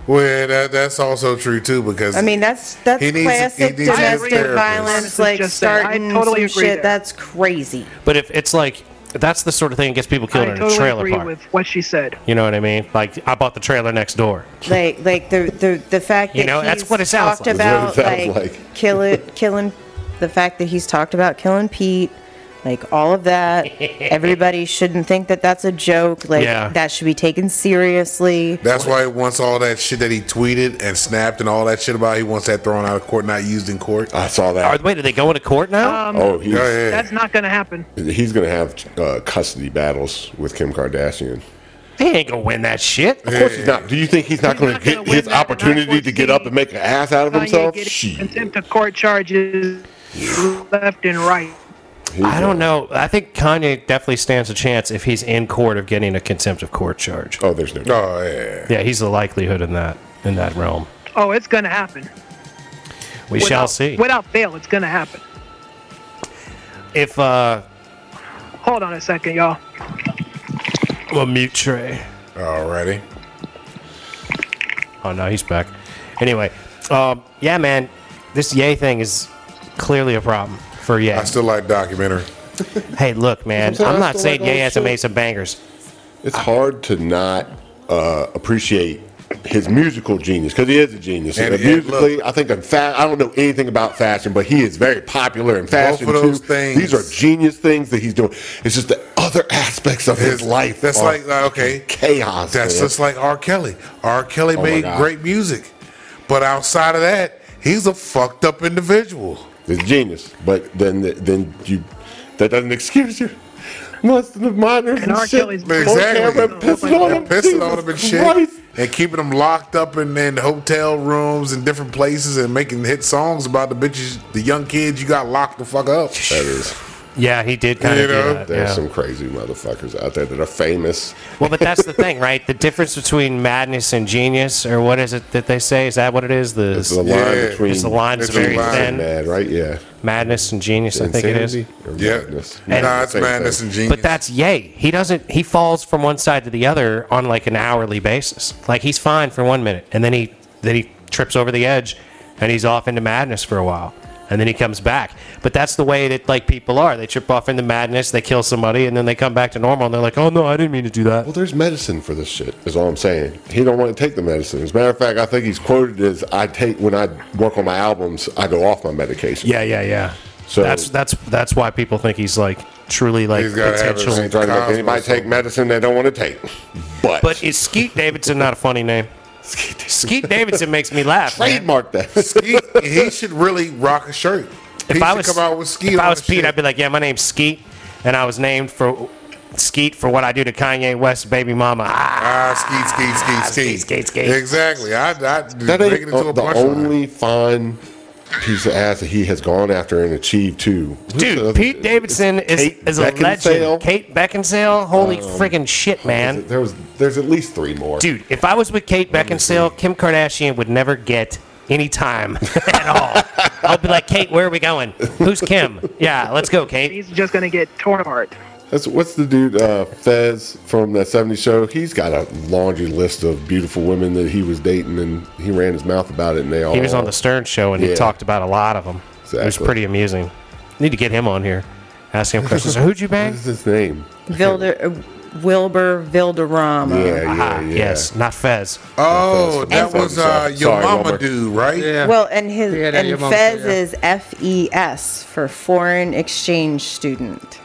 Speaker 6: Well, that, that's also true too because
Speaker 4: I mean, that's that's
Speaker 6: He needs-
Speaker 4: classic
Speaker 6: he needs
Speaker 2: his
Speaker 4: domestic
Speaker 2: therapist.
Speaker 4: violence, like
Speaker 2: Just saying, I
Speaker 4: starting
Speaker 2: totally
Speaker 4: some
Speaker 2: agree there.
Speaker 4: shit. That's crazy.
Speaker 1: But if it's like that's the sort of thing that gets people
Speaker 2: I
Speaker 1: killed in a
Speaker 2: totally
Speaker 1: trailer
Speaker 2: agree
Speaker 1: park.
Speaker 2: with what she said.
Speaker 1: You know what I mean? Like I bought the trailer next door.
Speaker 4: Like, like the the the fact that
Speaker 1: You know, that's
Speaker 4: he's
Speaker 1: what it sounds
Speaker 4: talked
Speaker 1: like.
Speaker 4: about,
Speaker 5: That's what it
Speaker 4: like,
Speaker 5: sounds like.
Speaker 4: kill it, killing. The fact that he's talked about killing Pete, like all of that. Everybody shouldn't think that that's a joke. Like
Speaker 1: Yeah.
Speaker 4: that should be taken seriously.
Speaker 6: That's why he wants all that shit that he tweeted and snapped and all that shit about. He wants that thrown out of court, not used in court.
Speaker 5: I saw
Speaker 1: Are,
Speaker 5: that.
Speaker 1: wait, are they going to court now?
Speaker 2: Um,
Speaker 5: oh, he's,
Speaker 6: Yeah, yeah.
Speaker 2: That's not going to happen.
Speaker 5: he's gonna have uh, custody battles with Kim Kardashian.
Speaker 1: he ain't gonna win that shit.
Speaker 5: Of course he's not. Do you think he's not
Speaker 2: He's
Speaker 5: going
Speaker 2: not Oh,
Speaker 5: to
Speaker 2: gonna
Speaker 5: get
Speaker 2: win
Speaker 5: his
Speaker 2: that, and I
Speaker 5: opportunity to get
Speaker 2: foresee
Speaker 5: up and make an ass out of
Speaker 2: Kanye
Speaker 5: himself?
Speaker 2: getting
Speaker 5: Shit.
Speaker 2: contempt of court charges left and right.
Speaker 5: He's
Speaker 1: I don't
Speaker 5: a-
Speaker 1: know. I think Kanye definitely stands a chance if he's in court of getting a contempt of court charge.
Speaker 5: Oh, there's no.
Speaker 6: Oh yeah.
Speaker 1: Yeah, he's the likelihood in that in that realm.
Speaker 2: Oh, it's going to happen.
Speaker 1: We shall see.
Speaker 2: Without fail, it's going to happen.
Speaker 1: if uh,
Speaker 2: Hold on a second, y'all.
Speaker 1: well, mute Trey.
Speaker 6: Alrighty.
Speaker 1: Oh no, he's back. Anyway, um, yeah, man, this Yay thing is clearly a problem for Yay.
Speaker 6: I still like documentary.
Speaker 1: hey, look, man,
Speaker 5: Sometimes
Speaker 1: I'm
Speaker 5: I
Speaker 1: not
Speaker 5: still
Speaker 1: saying
Speaker 5: like
Speaker 1: Ye
Speaker 5: old
Speaker 1: hasn't
Speaker 5: shit.
Speaker 1: made some bangers.
Speaker 5: It's hard to not uh, appreciate his musical genius because he is a genius.
Speaker 6: And-
Speaker 5: And,
Speaker 6: and
Speaker 5: musically,
Speaker 6: look-
Speaker 5: I think in fa- I don't know anything about fashion, but he is very popular in fashion
Speaker 6: of those
Speaker 5: too.
Speaker 6: things-
Speaker 5: These are genius things that he's doing. It's just the other aspects of his,
Speaker 6: His-
Speaker 5: life.
Speaker 6: that's
Speaker 5: are
Speaker 6: like, uh, okay.
Speaker 5: chaos.
Speaker 6: That's
Speaker 5: man.
Speaker 6: just like R. Kelly. R. Kelly
Speaker 5: Oh my
Speaker 6: made
Speaker 5: God.
Speaker 6: great music, but outside of that, He's a fucked up individual.
Speaker 5: It's genius, but then then you that doesn't excuse you. Most of the minors
Speaker 2: And R.
Speaker 5: shit
Speaker 2: Kelly's
Speaker 5: on
Speaker 6: Exactly.
Speaker 5: camera pissing on him,
Speaker 6: And pissing on him and
Speaker 5: Jesus
Speaker 6: shit,
Speaker 5: Christ.
Speaker 6: and keeping them locked up in, in hotel rooms and different places, and making hit songs about the bitches, the young kids you got locked the fuck up.
Speaker 5: That is,
Speaker 1: Yeah, he did kind
Speaker 6: You
Speaker 1: of
Speaker 6: know,
Speaker 1: do that.
Speaker 5: there's
Speaker 1: yeah.
Speaker 5: some crazy motherfuckers out there that are famous.
Speaker 1: Well, but that's the thing, right? The difference between madness and genius, or what is it that they say? Is that what it is? The
Speaker 5: It's the line
Speaker 6: Yeah.
Speaker 5: between
Speaker 1: It's the line is
Speaker 6: It's the
Speaker 1: very
Speaker 6: line.
Speaker 1: thin.
Speaker 5: mad, right? Yeah,
Speaker 1: Madness and genius, I think it is.
Speaker 5: Insanity or
Speaker 6: Yeah,
Speaker 5: madness?
Speaker 6: nah, it's
Speaker 5: Same thing.
Speaker 6: madness and genius.
Speaker 1: But that's yay. He doesn't. He falls from one side to the other on like an hourly basis. Like he's fine for one minute, and then he then he trips over the edge, and he's off into madness for a while, and then he comes back. But that's the way that like people are. They trip off into madness, they kill somebody, and then they come back to normal, and they're like, "Oh no, I didn't mean to do that."
Speaker 5: Well, there's medicine for this shit. Is all I'm saying. He don't want to take the medicine. As a matter of fact, I think he's quoted as, "I take when I work on my albums, I go off my medication."
Speaker 1: Yeah, yeah, yeah. So
Speaker 5: So-
Speaker 1: that's that's that's why people think he's like truly like
Speaker 6: He's gotta have his
Speaker 1: potential.
Speaker 5: I ain't trying to make anybody take medicine they don't want to take. But,
Speaker 1: But is Skeet Davidson not a funny name? Skeet Davidson makes me laugh. man.
Speaker 5: trademark that.
Speaker 6: he, he should really rock a shirt. He
Speaker 1: if I
Speaker 6: should
Speaker 1: was
Speaker 6: come out with Skeet
Speaker 1: if I
Speaker 6: on
Speaker 1: was
Speaker 6: the
Speaker 1: Pete,
Speaker 6: shit.
Speaker 1: I'd be like, yeah, my name's Skeet, and I was named for Skeet for what I do to Kanye West's baby mama. Ah,
Speaker 6: Ah, skeet, skeet, skeet,
Speaker 1: skeet,
Speaker 6: skeet,
Speaker 1: skeet, skeet.
Speaker 6: Exactly. I, I
Speaker 5: that
Speaker 6: break it
Speaker 5: ain't uh,
Speaker 6: into a
Speaker 5: the
Speaker 6: punchline.
Speaker 5: only fine piece of ass that he has gone after and achieved too.
Speaker 1: dude, Pete Davidson is
Speaker 5: Kate
Speaker 1: is a legend.
Speaker 5: Beckinsale.
Speaker 1: Kate Beckinsale, holy
Speaker 6: Um,
Speaker 1: friggin' shit, man.
Speaker 5: There was, there's at least three more.
Speaker 1: Dude, if I was with Kate Beckinsale, Kim Kardashian would never get any time at all. I'd be like, Kate, where are we going? Who's Kim? Yeah, let's go, Kate.
Speaker 2: He's just gonna get torn apart.
Speaker 5: That's what's the dude uh, Fez from that '70s show. He's got a laundry list of beautiful women that he was dating, and he ran his mouth about it, and they all.
Speaker 1: He was on the Stern Show and he
Speaker 5: Yeah.
Speaker 1: talked about a lot of them. It was
Speaker 5: Exactly.
Speaker 1: pretty amusing. Need to get him on here. Ask him questions. So Who'd you bang?
Speaker 5: What's his name?
Speaker 1: Ah,
Speaker 4: Vilder, uh, Wilbur Vilderama.
Speaker 5: Yeah, yeah,
Speaker 1: Ah,
Speaker 5: yeah.
Speaker 1: Yes, not Fez.
Speaker 6: Oh, that
Speaker 5: That's what
Speaker 6: was
Speaker 5: I'm
Speaker 6: uh,
Speaker 5: sorry.
Speaker 6: your
Speaker 5: Sorry,
Speaker 6: mama
Speaker 5: Wilbur.
Speaker 6: dude, right?
Speaker 3: Yeah.
Speaker 4: Well, and his
Speaker 3: Yeah, that
Speaker 4: and
Speaker 3: your mom said,
Speaker 4: Fez
Speaker 3: yeah.
Speaker 4: is F E S for foreign exchange student.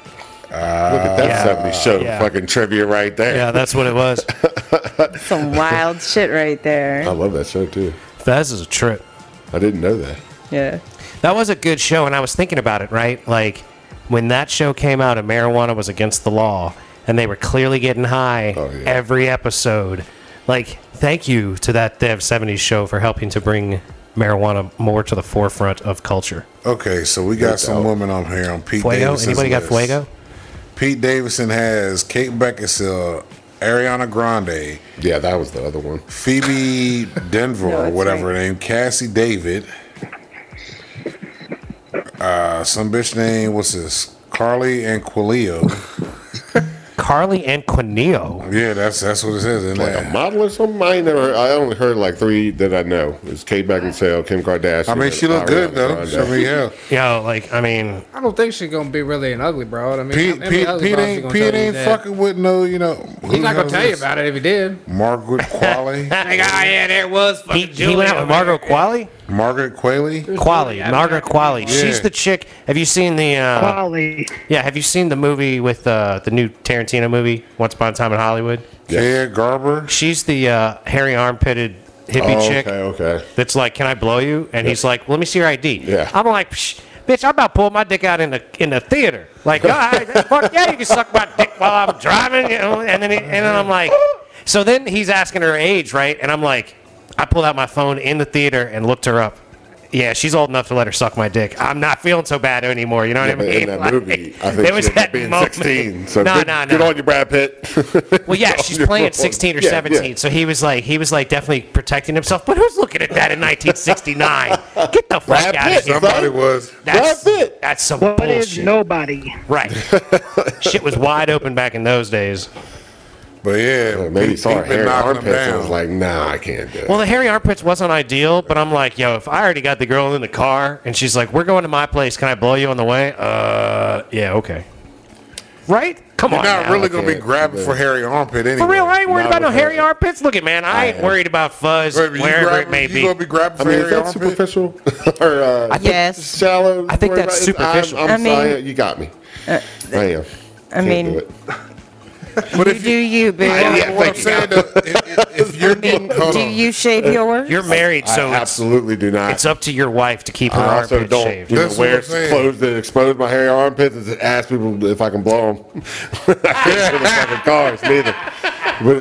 Speaker 5: Look at that
Speaker 1: Yeah.
Speaker 5: '70s show.
Speaker 1: Ah, Yeah.
Speaker 5: Fucking trivia right there.
Speaker 1: Yeah, that's what it was.
Speaker 4: Some wild shit right
Speaker 5: I
Speaker 4: there.
Speaker 5: love that show too.
Speaker 1: Fez is a trip.
Speaker 5: I didn't know that.
Speaker 4: Yeah.
Speaker 1: That was a good show, and I was thinking about it, right? Like, when that show came out and marijuana was against the law, and they were clearly getting high
Speaker 5: Oh, yeah.
Speaker 1: every episode. Like, thank you to that Dev 70s show for helping to bring marijuana more to the forefront of culture.
Speaker 6: Okay, so we got some women on here on Pete
Speaker 1: Fuego?
Speaker 6: Davidson's
Speaker 1: Anybody got
Speaker 6: list.
Speaker 1: Fuego?
Speaker 6: Pete Davidson has Kate Beckinsale, Ariana Grande,
Speaker 5: Yeah, that was the other one.
Speaker 6: Phoebe Denver,
Speaker 4: No,
Speaker 6: or
Speaker 4: it's
Speaker 6: whatever her
Speaker 4: right.
Speaker 6: name, Cassie David. Uh, some bitch name, what's this? Carly and Quilio.
Speaker 1: Carly and Quineo.
Speaker 6: yeah, that's that's what it says. Isn't
Speaker 5: Like
Speaker 6: it?
Speaker 5: a model or something. I ain't never. I only heard like three that I know. It's Kate Beckinsale, Kim Kardashian.
Speaker 6: I mean, she looked
Speaker 5: looked
Speaker 6: good though. I mean, yeah.
Speaker 1: You know, like, I mean,
Speaker 3: I don't think she's gonna be really an ugly broad. I mean,
Speaker 6: Pete,
Speaker 3: I mean,
Speaker 6: Pete,
Speaker 3: ugly
Speaker 6: Pete
Speaker 3: broads, she
Speaker 6: ain't,
Speaker 3: gonna
Speaker 6: Pete
Speaker 3: tell you
Speaker 6: ain't
Speaker 3: that.
Speaker 6: fucking with no, you know.
Speaker 3: He's not gonna tell you about it if he did.
Speaker 6: Margaret Qualley,
Speaker 3: Like, ah, yeah, there was fucking
Speaker 1: he, he went out with Margot Qualley?
Speaker 6: Margaret Qualley.
Speaker 1: Qualley, Margaret Qualley. She's
Speaker 6: Yeah.
Speaker 1: the chick. Have you seen the? Uh,
Speaker 2: Holly,
Speaker 1: yeah, have you seen the movie with uh, the new Tarantino movie, Once Upon a Time in Hollywood?
Speaker 6: Yeah, Garber.
Speaker 1: She's the uh, hairy armpitted hippie
Speaker 5: Oh,
Speaker 1: chick
Speaker 5: okay, okay.
Speaker 1: that's like, "Can I blow you?" And he's like, "Let me see your ID."
Speaker 5: Yeah.
Speaker 1: I'm like, Psh, "Bitch, I'm about to pull my dick out in the in the theater." Like, all right, fuck yeah, you can suck my dick while I'm driving. You know? And then he, and then I'm like, so then he's asking her age, right? And I'm like, I pulled out my phone in the theater and looked her up. Yeah, she's old enough to let her suck my dick. I'm not feeling so bad anymore. You know what I
Speaker 5: But
Speaker 1: mean?
Speaker 5: in that
Speaker 1: Like,
Speaker 5: movie, I think
Speaker 1: there
Speaker 5: she
Speaker 1: was
Speaker 5: ended
Speaker 1: that
Speaker 5: up being
Speaker 1: moment.
Speaker 5: 16. So
Speaker 1: no,
Speaker 5: good,
Speaker 1: no, no.
Speaker 5: good on you, Brad Pitt.
Speaker 1: Well, yeah,
Speaker 5: Good
Speaker 1: she's
Speaker 5: on you.
Speaker 1: playing 16 or
Speaker 5: Yeah, yeah.
Speaker 1: 17, so he was like, he was like definitely protecting himself. But who's looking at that in 1969? Get the fuck out
Speaker 5: Brad
Speaker 1: of
Speaker 5: Pitt,
Speaker 1: here!
Speaker 5: son.
Speaker 6: Somebody was.
Speaker 1: That's
Speaker 5: Brad Pitt.
Speaker 1: that's some
Speaker 2: what is
Speaker 1: bullshit.
Speaker 2: nobody?
Speaker 1: right? Shit was wide open back in those days.
Speaker 6: But yeah,
Speaker 5: But Maybe
Speaker 6: Pete-
Speaker 5: saw her
Speaker 6: Pete been
Speaker 5: hair and
Speaker 6: knocking them
Speaker 5: armpits and
Speaker 6: down.
Speaker 5: was like, nah, I can't do it.
Speaker 1: Well, the hairy armpits wasn't ideal, but I'm like, yo, if I already got the girl in the car and she's like, "We're going to my place. Can I blow you on the way?" Uh, yeah, okay. Right? Come
Speaker 6: You're
Speaker 1: on.
Speaker 6: not
Speaker 1: now.
Speaker 6: really gonna be
Speaker 5: can't.
Speaker 6: grabbing for hairy armpit
Speaker 1: For
Speaker 6: anyway.
Speaker 1: real, I ain't worried
Speaker 5: Not
Speaker 1: about no
Speaker 5: with her.
Speaker 1: hairy armpits. Look at man, I ain't
Speaker 5: am.
Speaker 1: worried about fuzz
Speaker 6: Wait, but you
Speaker 1: wherever it
Speaker 6: grabbing-
Speaker 1: may
Speaker 6: you
Speaker 1: be.
Speaker 6: gonna be grabbing
Speaker 5: I
Speaker 6: for
Speaker 5: mean, is
Speaker 6: hairy
Speaker 5: that
Speaker 6: armpit?
Speaker 5: superficial or uh,
Speaker 4: Yes.
Speaker 5: shallow?
Speaker 1: I think that's
Speaker 5: It's- I'm-
Speaker 1: superficial.
Speaker 6: uh,
Speaker 5: I'm,
Speaker 4: I mean-
Speaker 5: sorry, you got me. I am.
Speaker 4: I mean,
Speaker 6: But
Speaker 4: You
Speaker 6: if
Speaker 4: do
Speaker 6: you,
Speaker 4: you, boo.
Speaker 6: yeah, what I'm saying, though, if, if you're hold
Speaker 4: do
Speaker 6: on.
Speaker 4: you shave yours?
Speaker 1: You're married, so
Speaker 5: I
Speaker 1: it's,
Speaker 5: absolutely do not.
Speaker 1: it's up to your wife to keep her
Speaker 5: I also
Speaker 1: armpits
Speaker 5: don't
Speaker 1: shaved.
Speaker 5: you know,
Speaker 6: That's what
Speaker 5: wear
Speaker 6: I'm saying.
Speaker 5: clothes that expose my hairy armpits and ask people if I can blow them. I can't in the fucking cars neither.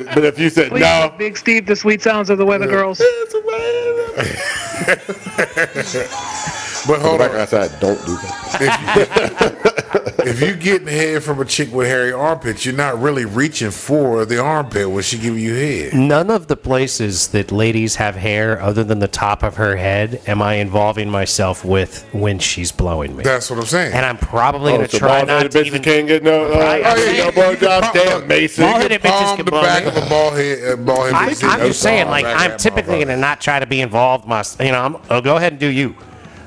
Speaker 5: But, but if you said
Speaker 2: Please,
Speaker 5: no,
Speaker 2: Big Steve, the sweet sounds of the Weather Girls.
Speaker 6: but hold
Speaker 5: like
Speaker 6: on.
Speaker 5: I said, don't do that.
Speaker 6: if you getting head from a chick with hairy armpits, you're not really reaching for the armpit when she giving you head.
Speaker 1: None of the places that ladies have hair other than the top of her head am I involving myself with when she's blowing me.
Speaker 6: That's what I'm saying.
Speaker 1: and I'm probably
Speaker 5: Oh,
Speaker 1: going to
Speaker 5: so
Speaker 1: try
Speaker 5: bald-headed
Speaker 1: not to
Speaker 5: bitches
Speaker 1: even.
Speaker 5: can't get no, uh,
Speaker 1: Right. Oh, yeah,
Speaker 5: no
Speaker 6: you
Speaker 5: blowjobs.
Speaker 6: can pop-
Speaker 5: Damn, Mason.
Speaker 1: Bald-headed
Speaker 6: You can
Speaker 1: bitches
Speaker 6: palm
Speaker 1: can
Speaker 6: the
Speaker 1: blow
Speaker 6: back
Speaker 1: me.
Speaker 6: of a ball head. uh, Ball head
Speaker 1: I,
Speaker 6: bitch.
Speaker 1: I'm just saying, like,
Speaker 6: Back
Speaker 1: I'm
Speaker 6: at
Speaker 1: typically
Speaker 6: motherfucker.
Speaker 1: going to not try to be involved. My, you know, I'm. Oh, go ahead and do you.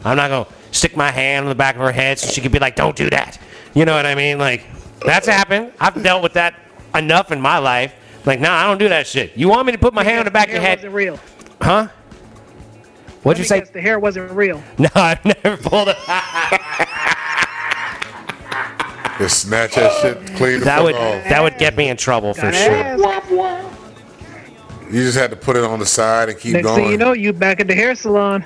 Speaker 1: I'm not going to stick my hand on the back of her head so she could be like, "Don't do that." You know what I mean? Like, that's happened. I've dealt with that enough in my life. Like, nah, I don't do that shit. You want me to put my hand on the back of your
Speaker 2: hair
Speaker 1: head?
Speaker 2: wasn't real.
Speaker 1: Huh? What'd you
Speaker 2: Let me
Speaker 1: say?
Speaker 2: guess, the hair wasn't real.
Speaker 1: No, I've never pulled it.
Speaker 6: Just snatch that shit clean the
Speaker 1: That
Speaker 6: fuck
Speaker 1: would
Speaker 6: off.
Speaker 1: that would get me in trouble for sure.
Speaker 2: Yes.
Speaker 6: You just had to put it on the side and keep
Speaker 2: Next
Speaker 6: going.
Speaker 2: thing you know, you back at the hair salon.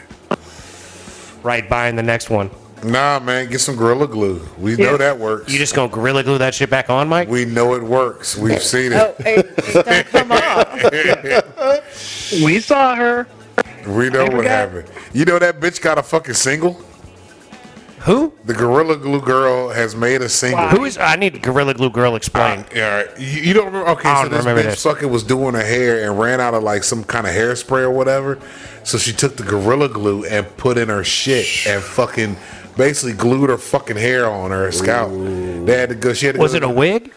Speaker 1: Right buying the next one.
Speaker 6: nah, man, get some Gorilla Glue. We know
Speaker 2: Yeah.
Speaker 6: that works.
Speaker 1: You just gonna gorilla glue that shit back on, Mike?
Speaker 6: we know it works. We've seen
Speaker 4: Oh,
Speaker 6: it.
Speaker 4: it don't come off.
Speaker 2: We saw her.
Speaker 6: we know what happened. You know that bitch got a fucking single?
Speaker 1: Who?
Speaker 6: The Gorilla Glue girl has made a single.
Speaker 1: Who is? I need gorilla glue girl explained.
Speaker 6: Yeah, all right. you, you don't remember? Okay,
Speaker 1: I
Speaker 6: so
Speaker 1: don't
Speaker 6: this
Speaker 1: remember
Speaker 6: bitch
Speaker 1: this.
Speaker 6: fucking was doing her hair and ran out of like some kind of hairspray or whatever. So she took the gorilla glue and put in her shit and fucking basically glued her fucking hair on her scalp. They had to go. She had to
Speaker 1: was
Speaker 6: go,
Speaker 1: it a wig?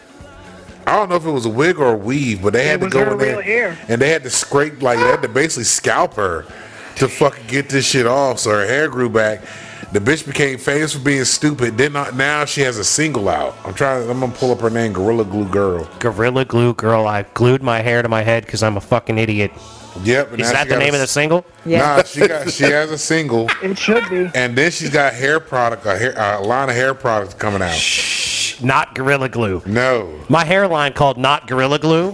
Speaker 6: I don't know if it was a wig or a weave, but they had to
Speaker 2: was
Speaker 6: go
Speaker 2: her
Speaker 6: in there
Speaker 2: real hair.
Speaker 6: and they had to scrape like they had to basically scalp her to fucking get this shit off. So her hair grew back. The bitch became famous for being stupid. Then not, now she has a single out. I'm trying. I'm gonna pull up her name, Gorilla Glue Girl.
Speaker 1: Gorilla glue girl. I glued my hair to my head because I'm a fucking idiot.
Speaker 6: Yep. and
Speaker 1: Is
Speaker 6: now
Speaker 1: that
Speaker 6: she
Speaker 1: the
Speaker 6: got
Speaker 1: name
Speaker 6: a-
Speaker 1: of the single?
Speaker 4: Yeah.
Speaker 6: Nah, she got she has a single,
Speaker 2: It should be.
Speaker 6: and then she's got hair product, a, hair, a line of hair products coming out.
Speaker 1: Not gorilla glue.
Speaker 6: No,
Speaker 1: My hairline called not gorilla glue.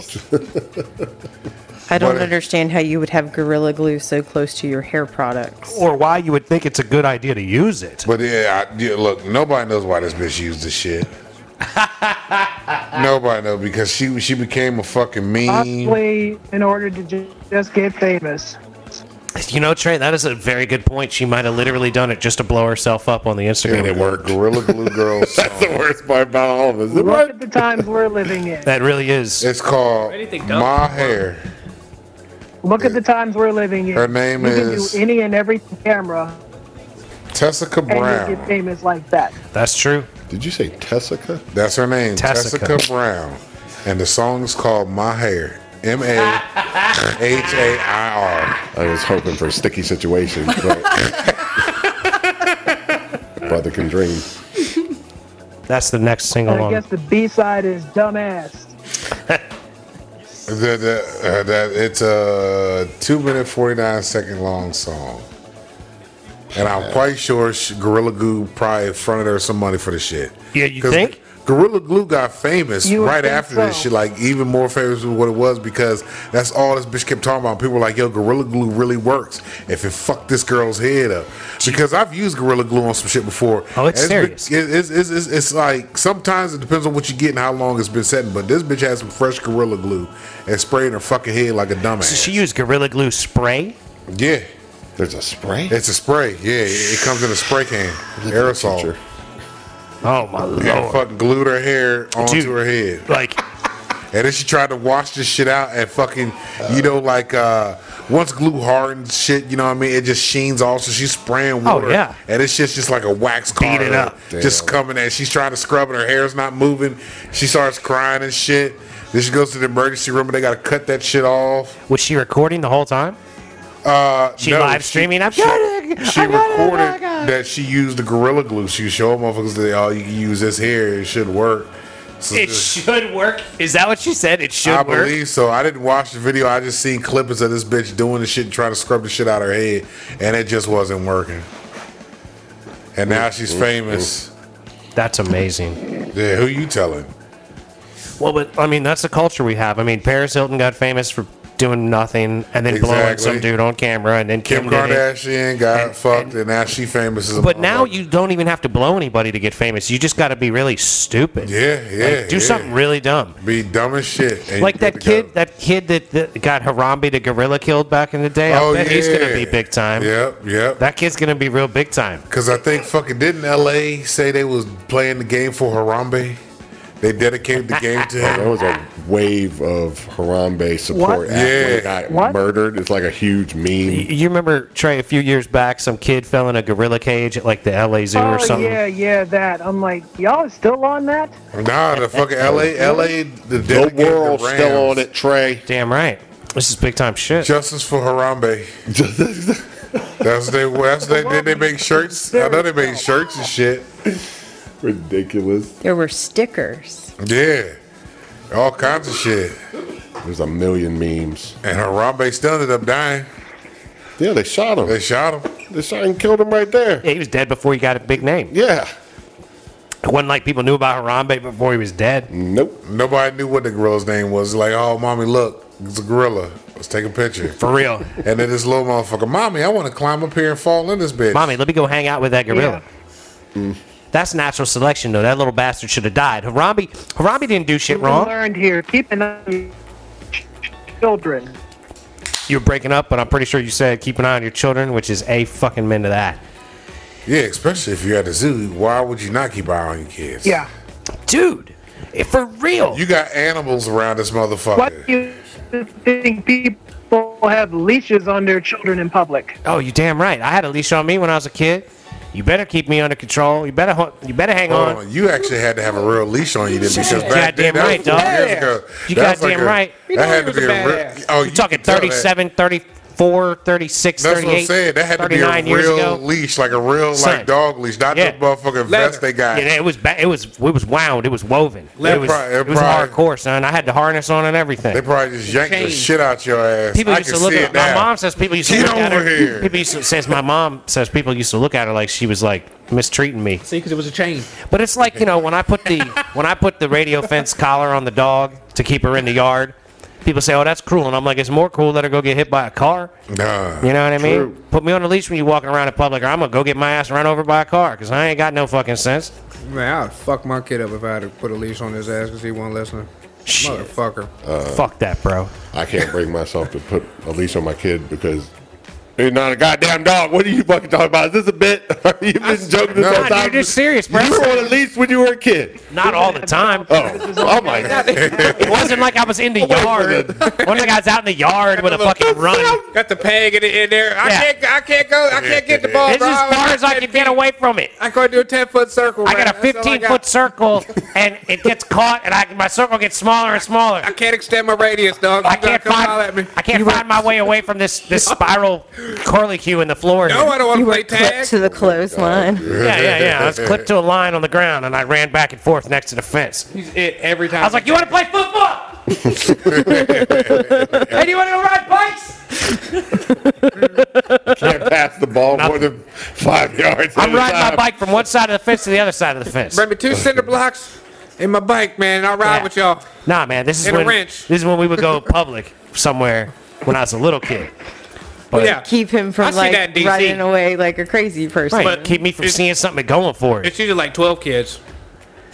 Speaker 4: I don't
Speaker 6: What-
Speaker 4: understand how you would have Gorilla Glue so close to your hair products.
Speaker 1: or why you would think it's a good idea to use it.
Speaker 6: but yeah, I, yeah, look, nobody knows why this bitch used this shit. nobody knows because she she became a fucking meme.
Speaker 2: Possibly in order to ju- just get famous.
Speaker 1: You know, Trey, that is a very good point. She might have literally done it just to blow herself up on the Instagram.
Speaker 5: And it worked.
Speaker 6: Gorilla Glue Girl.
Speaker 5: That's the worst part about all of us.
Speaker 2: Look at the times we're living in.
Speaker 1: That really is.
Speaker 6: It's called
Speaker 7: Anything dumb.
Speaker 6: My Hair.
Speaker 2: Look at the times we're living in.
Speaker 6: Her name
Speaker 2: you
Speaker 6: is-
Speaker 2: can do any and every camera
Speaker 6: Tessica
Speaker 2: and you get
Speaker 6: Brown.
Speaker 2: famous like that.
Speaker 1: That's true.
Speaker 5: Did you say Tessica?
Speaker 6: That's her name,
Speaker 1: Tessica.
Speaker 6: Tessica, Brown, and the song is called My Hair. M A H A I R.
Speaker 5: I was hoping for a sticky situation, but brother can dream.
Speaker 1: That's the next single
Speaker 2: And I
Speaker 1: on.
Speaker 2: guess the B side is dumbass.
Speaker 6: The, the, uh, that it's a two minute forty nine second long song, and I'm quite sure she, Gorilla Glue probably fronted her some money for the shit.
Speaker 1: Yeah, you
Speaker 6: 'Cause
Speaker 1: think?
Speaker 6: Gorilla Glue got famous
Speaker 2: You would
Speaker 6: right
Speaker 2: think
Speaker 6: after this
Speaker 2: so.
Speaker 6: shit, like even more famous than what it was because that's all this bitch kept talking about. People were like, "Yo, Gorilla Glue really works if it fucked this girl's head up." Because I've used Gorilla Glue on some shit before.
Speaker 1: Oh, it's
Speaker 6: And
Speaker 1: serious.
Speaker 6: been- it- It's, it's, it's, it's like sometimes it depends on what you get and how long it's been setting, but this bitch had some fresh Gorilla Glue and sprayed her fucking head like a dumbass.
Speaker 1: So she used gorilla glue spray.
Speaker 6: yeah,
Speaker 5: There's a spray.
Speaker 6: it's a spray. Yeah, it, it comes in a spray can, aerosol.
Speaker 5: Teacher.
Speaker 1: Oh my
Speaker 6: And
Speaker 1: lord,
Speaker 6: fucking glued her hair onto
Speaker 1: Dude.
Speaker 6: her head.
Speaker 1: like
Speaker 6: And then she tried to wash this shit out and fucking, you know, like uh once glue hardens shit, you know what I mean? It just sheens off. So she's spraying
Speaker 1: Oh,
Speaker 6: water.
Speaker 1: yeah.
Speaker 6: And it's just, just like a wax car.
Speaker 1: it up.
Speaker 6: Just coming at She's trying to scrub and her hair's not moving. She starts crying and shit. Then she goes to the emergency room and they got to cut that shit off.
Speaker 1: was she recording the whole time?
Speaker 6: Uh,
Speaker 1: She live streaming. I'm
Speaker 6: She,
Speaker 1: gonna-
Speaker 6: she
Speaker 1: I'm Oh gonna-
Speaker 6: recorded that she used the gorilla glue. She was showing motherfuckers that oh, you can use this hair. It should work. So
Speaker 1: It
Speaker 6: just-
Speaker 1: should work. Is that what she said? It should
Speaker 6: I
Speaker 1: work.
Speaker 6: believe so. I didn't watch the video. I just seen clippings of this bitch doing the shit and trying to scrub the shit out of her head, and it just wasn't working. And now she's famous.
Speaker 1: That's amazing.
Speaker 6: Yeah, who you telling?
Speaker 1: Well, but I mean, that's the culture we have. I mean, Paris Hilton got famous for doing nothing and then blowing
Speaker 6: Exactly.
Speaker 1: some dude on camera, and then Kim,
Speaker 6: Kim
Speaker 1: did it.
Speaker 6: Kardashian got
Speaker 1: And-
Speaker 6: fucked, and,
Speaker 1: and-
Speaker 6: now she famous as a
Speaker 1: But now
Speaker 6: motherfucker.
Speaker 1: you don't even have to blow anybody to get famous. You just got to be really stupid.
Speaker 6: Yeah, yeah,
Speaker 1: Like, do
Speaker 6: yeah.
Speaker 1: something really dumb.
Speaker 6: be dumb as shit. and
Speaker 1: Like
Speaker 6: you good
Speaker 1: that
Speaker 6: to go.
Speaker 1: kid, that kid that, that got Harambe the gorilla killed back in the day. I bet he's gonna be big time.
Speaker 6: Yep, yep.
Speaker 1: That kid's gonna be real big time.
Speaker 6: Because I think fucking didn't L.A. say they was playing the game for Harambe? They dedicated the game to
Speaker 5: There
Speaker 6: him.
Speaker 5: was a wave of Harambe support
Speaker 2: What?
Speaker 5: after he
Speaker 6: Yeah.
Speaker 5: got
Speaker 2: What?
Speaker 5: murdered. It's like a huge
Speaker 1: Y-
Speaker 5: meme.
Speaker 1: You remember Trey? A few years back, some kid fell in a gorilla cage at like the LA Zoo or
Speaker 2: Oh
Speaker 1: something.
Speaker 2: yeah, yeah, that. I'm like, y'all is still on that?
Speaker 6: Nah, the fucking L.A. L.A.
Speaker 5: The
Speaker 6: The, dedicated
Speaker 5: world's
Speaker 6: the Rams.
Speaker 5: still on it, Trey.
Speaker 1: Damn right. This is big time shit.
Speaker 6: Justice for Harambe. That's they. That's they. They, they make shirts. I know they make shirts and shit.
Speaker 5: Ridiculous.
Speaker 4: There were stickers.
Speaker 6: Yeah, all kinds of shit.
Speaker 5: There's a million memes.
Speaker 6: And Harambe still ended up dying.
Speaker 5: Yeah, they shot him.
Speaker 6: They
Speaker 5: They,
Speaker 6: shot him.
Speaker 5: shot and killed him right there.
Speaker 1: Yeah, he was dead before he got a big name.
Speaker 5: Yeah.
Speaker 1: It wasn't like people knew about Harambe before he was dead.
Speaker 5: Nope.
Speaker 6: Nobody knew what the gorilla's name was. Like, oh, mommy, look, it's a gorilla. Let's take a picture.
Speaker 1: For real.
Speaker 6: And then this little motherfucker, mommy, I want to climb up here and fall in this bitch.
Speaker 1: Mommy, let me go hang out with that gorilla. That's natural selection, though. That little bastard should have died. Harambe, Harambe didn't do shit
Speaker 2: We
Speaker 1: wrong.
Speaker 2: learned here. Keep an eye on your children.
Speaker 1: You were breaking up, but I'm pretty sure you said keep an eye on your children, which is a fucking min to that.
Speaker 6: Yeah, especially if you're at the zoo. Why would you not keep an eye on your kids?
Speaker 2: Yeah.
Speaker 1: Dude, eh, for real.
Speaker 6: You got animals around this motherfucker.
Speaker 2: Why do you think people have leashes on their children in public?
Speaker 1: oh, you damn right. I had a leash on me when I was a kid. You better keep me under control. You better, ho- you better hang
Speaker 6: Hold
Speaker 1: on.
Speaker 6: on, you actually had to have a real leash on you then because
Speaker 1: You're
Speaker 6: back
Speaker 1: goddamn
Speaker 6: then, that was
Speaker 1: right,
Speaker 6: 40
Speaker 1: dog.
Speaker 6: years ago.
Speaker 1: You
Speaker 6: That was
Speaker 1: goddamn
Speaker 6: a-
Speaker 1: right.
Speaker 6: That had to be a real. Oh,
Speaker 1: You're talking
Speaker 6: could tell that.
Speaker 1: 37, 34, 36,
Speaker 6: That's what I'm
Speaker 1: 38,
Speaker 6: saying. That had to be
Speaker 1: 39
Speaker 6: a
Speaker 1: years
Speaker 6: real
Speaker 1: ago.
Speaker 6: leash, like a real
Speaker 1: Son.
Speaker 6: like dog leash, not
Speaker 1: Yeah.
Speaker 6: the motherfucking
Speaker 3: Leather.
Speaker 6: vest they got.
Speaker 1: Yeah, it was ba- it was it was wound. It was woven.
Speaker 6: Leather.
Speaker 1: It was,
Speaker 6: Probably-
Speaker 1: it was
Speaker 6: probably-
Speaker 1: hardcore, son. I had the harness on and everything.
Speaker 6: They probably just yanked the
Speaker 3: Chain.
Speaker 6: shit out your ass.
Speaker 1: people
Speaker 6: I
Speaker 1: used
Speaker 6: can
Speaker 1: to look
Speaker 6: see
Speaker 1: at
Speaker 6: it
Speaker 1: my
Speaker 6: now.
Speaker 1: mom says people used to
Speaker 6: Get
Speaker 1: look at
Speaker 6: over
Speaker 1: her.
Speaker 6: here.
Speaker 1: People used to, says my mom says people used to look at her like she was like mistreating me.
Speaker 3: See, because it was a chain.
Speaker 1: But it's like you know when I put the when I put the radio fence collar on the dog to keep her in the yard. People say, "Oh, that's cruel," and I'm like, "It's more cruel let her go get hit by a car."
Speaker 6: Nah.
Speaker 1: You know what I mean?
Speaker 5: True.
Speaker 1: Put me on a leash when you're walking around in public, or I'm gonna go get my ass run over by a car because I ain't got no fucking sense.
Speaker 3: Man, I'd fuck my kid up if I had to put a leash on his ass because he won't listen.
Speaker 1: Shit.
Speaker 3: Motherfucker.
Speaker 1: Fuck that, bro.
Speaker 5: I can't bring myself to put a leash on my kid because you're not a goddamn dog. What are you fucking talking about? Is this a bit? You've been joking this
Speaker 6: No,
Speaker 5: whole
Speaker 6: dude,
Speaker 5: time.
Speaker 1: you're serious, bro.
Speaker 5: You were on a leash when you were a kid.
Speaker 1: Not all the time.
Speaker 5: Oh, oh my god.
Speaker 1: It wasn't like I was in the yard. One of the guys out in the yard with a fucking run.
Speaker 3: Got the peg in, the, in there. I
Speaker 1: Yeah.
Speaker 3: can't. I can't go. I can't get the ball.
Speaker 1: It's
Speaker 3: bro.
Speaker 1: as far as I can get away from it.
Speaker 3: I can't do a ten foot circle.
Speaker 1: I
Speaker 3: man.
Speaker 1: got a
Speaker 3: That's all
Speaker 1: 15
Speaker 3: got.
Speaker 1: foot circle, and it gets caught, and I, my circle gets smaller and smaller.
Speaker 3: I can't extend my radius, dog.
Speaker 1: I
Speaker 3: You gotta
Speaker 1: can't
Speaker 3: come holler at me.
Speaker 1: find I can't find my way away from this this spiral curlicue in the floor.
Speaker 3: No,
Speaker 1: here.
Speaker 3: I don't want to
Speaker 4: You were
Speaker 3: play
Speaker 4: clipped
Speaker 3: tag.
Speaker 4: to the clothesline.
Speaker 1: Yeah, yeah, yeah. I was clipped to a line on the ground, and I ran back and forth next to the fence.
Speaker 3: He's it every time.
Speaker 1: I was like, "You want to play football? hey, do you want to go ride bikes?"
Speaker 5: Can't pass the ball more than five yards. at
Speaker 1: I'm
Speaker 5: a
Speaker 1: riding my
Speaker 3: uh,
Speaker 5: time.
Speaker 1: bike from one side of the fence to the other side of the fence.
Speaker 3: bring me two cinder blocks and my bike, man. And I'll ride
Speaker 1: Yeah.
Speaker 3: with y'all.
Speaker 1: Nah, man, this is
Speaker 3: And a
Speaker 1: when
Speaker 3: wrench.
Speaker 1: this is when we would go public somewhere when I was a little kid. But,
Speaker 3: yeah.
Speaker 4: Keep him
Speaker 3: I
Speaker 4: from
Speaker 3: see that in
Speaker 4: like
Speaker 3: DC.
Speaker 4: running away like a crazy person.
Speaker 1: right, keep me from
Speaker 3: it's-
Speaker 1: seeing something going for it.
Speaker 3: It's usually like twelve kids.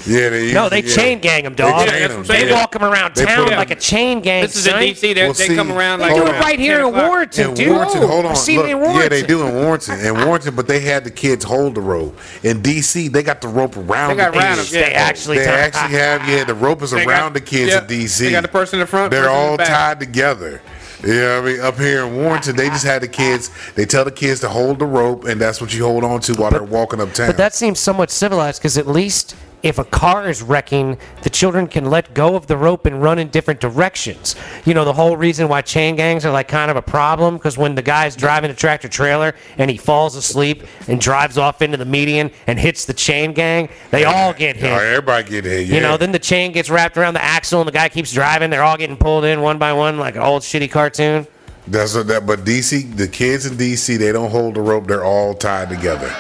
Speaker 6: Yeah, they
Speaker 1: No,
Speaker 6: usually-
Speaker 1: they
Speaker 6: yeah.
Speaker 1: chain gang them, dog.
Speaker 6: chain
Speaker 1: They,
Speaker 6: 'em, yeah.
Speaker 1: walk them around
Speaker 6: They
Speaker 1: town
Speaker 6: put 'em-
Speaker 1: like a chain gang.
Speaker 3: This is in
Speaker 1: son.
Speaker 3: DC. They're
Speaker 6: Well,
Speaker 3: they
Speaker 6: see,
Speaker 3: come around
Speaker 1: They
Speaker 3: like
Speaker 1: do it
Speaker 6: around
Speaker 1: right here in Warrington,
Speaker 6: In
Speaker 1: dude.
Speaker 6: Warrington, hold
Speaker 1: I
Speaker 6: on.
Speaker 1: seen it in
Speaker 6: Look,
Speaker 1: Warrington.
Speaker 6: yeah, they do in Warrington. In Warrington, but they had the kids hold the rope. In DC, they got the rope around.
Speaker 3: They got
Speaker 6: the
Speaker 3: round
Speaker 6: kids.
Speaker 3: them, yeah.
Speaker 1: They actually
Speaker 6: They
Speaker 1: tie-
Speaker 6: actually have yeah. The rope is around the kids in DC.
Speaker 3: They got the person in the front.
Speaker 6: They're
Speaker 3: person in the
Speaker 6: all
Speaker 3: back.
Speaker 6: tied together. You know what I mean? Up here in Warrington, they just had the kids. They tell the kids to hold the rope, and that's what you hold on to while they're walking uptown.
Speaker 1: But that seems somewhat civilized because at least if a car is wrecking, the children can let go of the rope and run in different directions. You know, the whole reason why chain gangs are like kind of a problem because when the guy's driving a tractor trailer and he falls asleep and drives off into the median and hits the chain gang, they all get hit.
Speaker 6: Oh, everybody get hit. Yeah.
Speaker 1: You know, then the chain gets wrapped around the axle and the guy keeps driving. They're all getting pulled in one by one like an old shitty cartoon.
Speaker 6: that's what that. But DC, the kids in DC, they don't hold the rope. They're all tied together.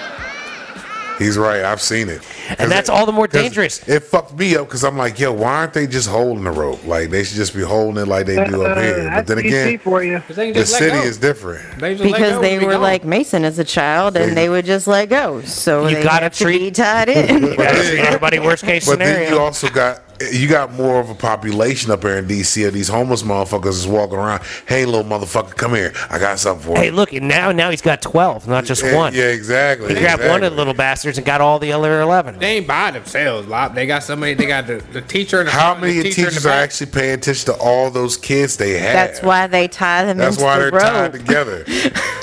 Speaker 6: He's right. I've seen it.
Speaker 1: And that's all the more dangerous.
Speaker 6: It fucked me up because I'm like, yo, why aren't they just holding the rope? Like they should just be holding it like they do
Speaker 2: Uh,
Speaker 6: up here. But then
Speaker 2: that's DC
Speaker 6: again,
Speaker 2: for you.
Speaker 3: They
Speaker 6: the
Speaker 3: just let
Speaker 6: city
Speaker 3: go.
Speaker 6: is different.
Speaker 3: They just let
Speaker 4: because
Speaker 3: oh, go
Speaker 4: they
Speaker 3: and be
Speaker 4: were
Speaker 3: gone.
Speaker 4: like Mason as a child, and they would just let go. So
Speaker 1: You
Speaker 4: they
Speaker 1: gotta
Speaker 4: have to
Speaker 1: treat-
Speaker 4: be tied in.
Speaker 1: Gotta
Speaker 6: then-
Speaker 1: treat everybody worst case
Speaker 6: But then you
Speaker 1: scenario.
Speaker 6: also got you got more of a population up here in DC of these homeless motherfuckers is walking around. Hey, little motherfucker, come here. I got something for
Speaker 1: Hey,
Speaker 6: you.
Speaker 1: look, and now now he's got twelve, not just
Speaker 6: Yeah,
Speaker 1: one.
Speaker 6: Yeah, exactly.
Speaker 1: He grabbed one of the
Speaker 6: exactly.
Speaker 1: little bastards and got all the other eleven.
Speaker 3: They ain't by themselves, Lop. They got somebody. They got the, the teacher and the
Speaker 6: How
Speaker 3: the
Speaker 6: many
Speaker 3: teacher and
Speaker 6: teachers
Speaker 3: the
Speaker 6: are
Speaker 3: back.
Speaker 6: actually paying attention to all those kids they have?
Speaker 4: That's why they tie them
Speaker 6: That's
Speaker 4: into
Speaker 6: why
Speaker 4: the
Speaker 6: they're
Speaker 4: rope.
Speaker 6: tied together.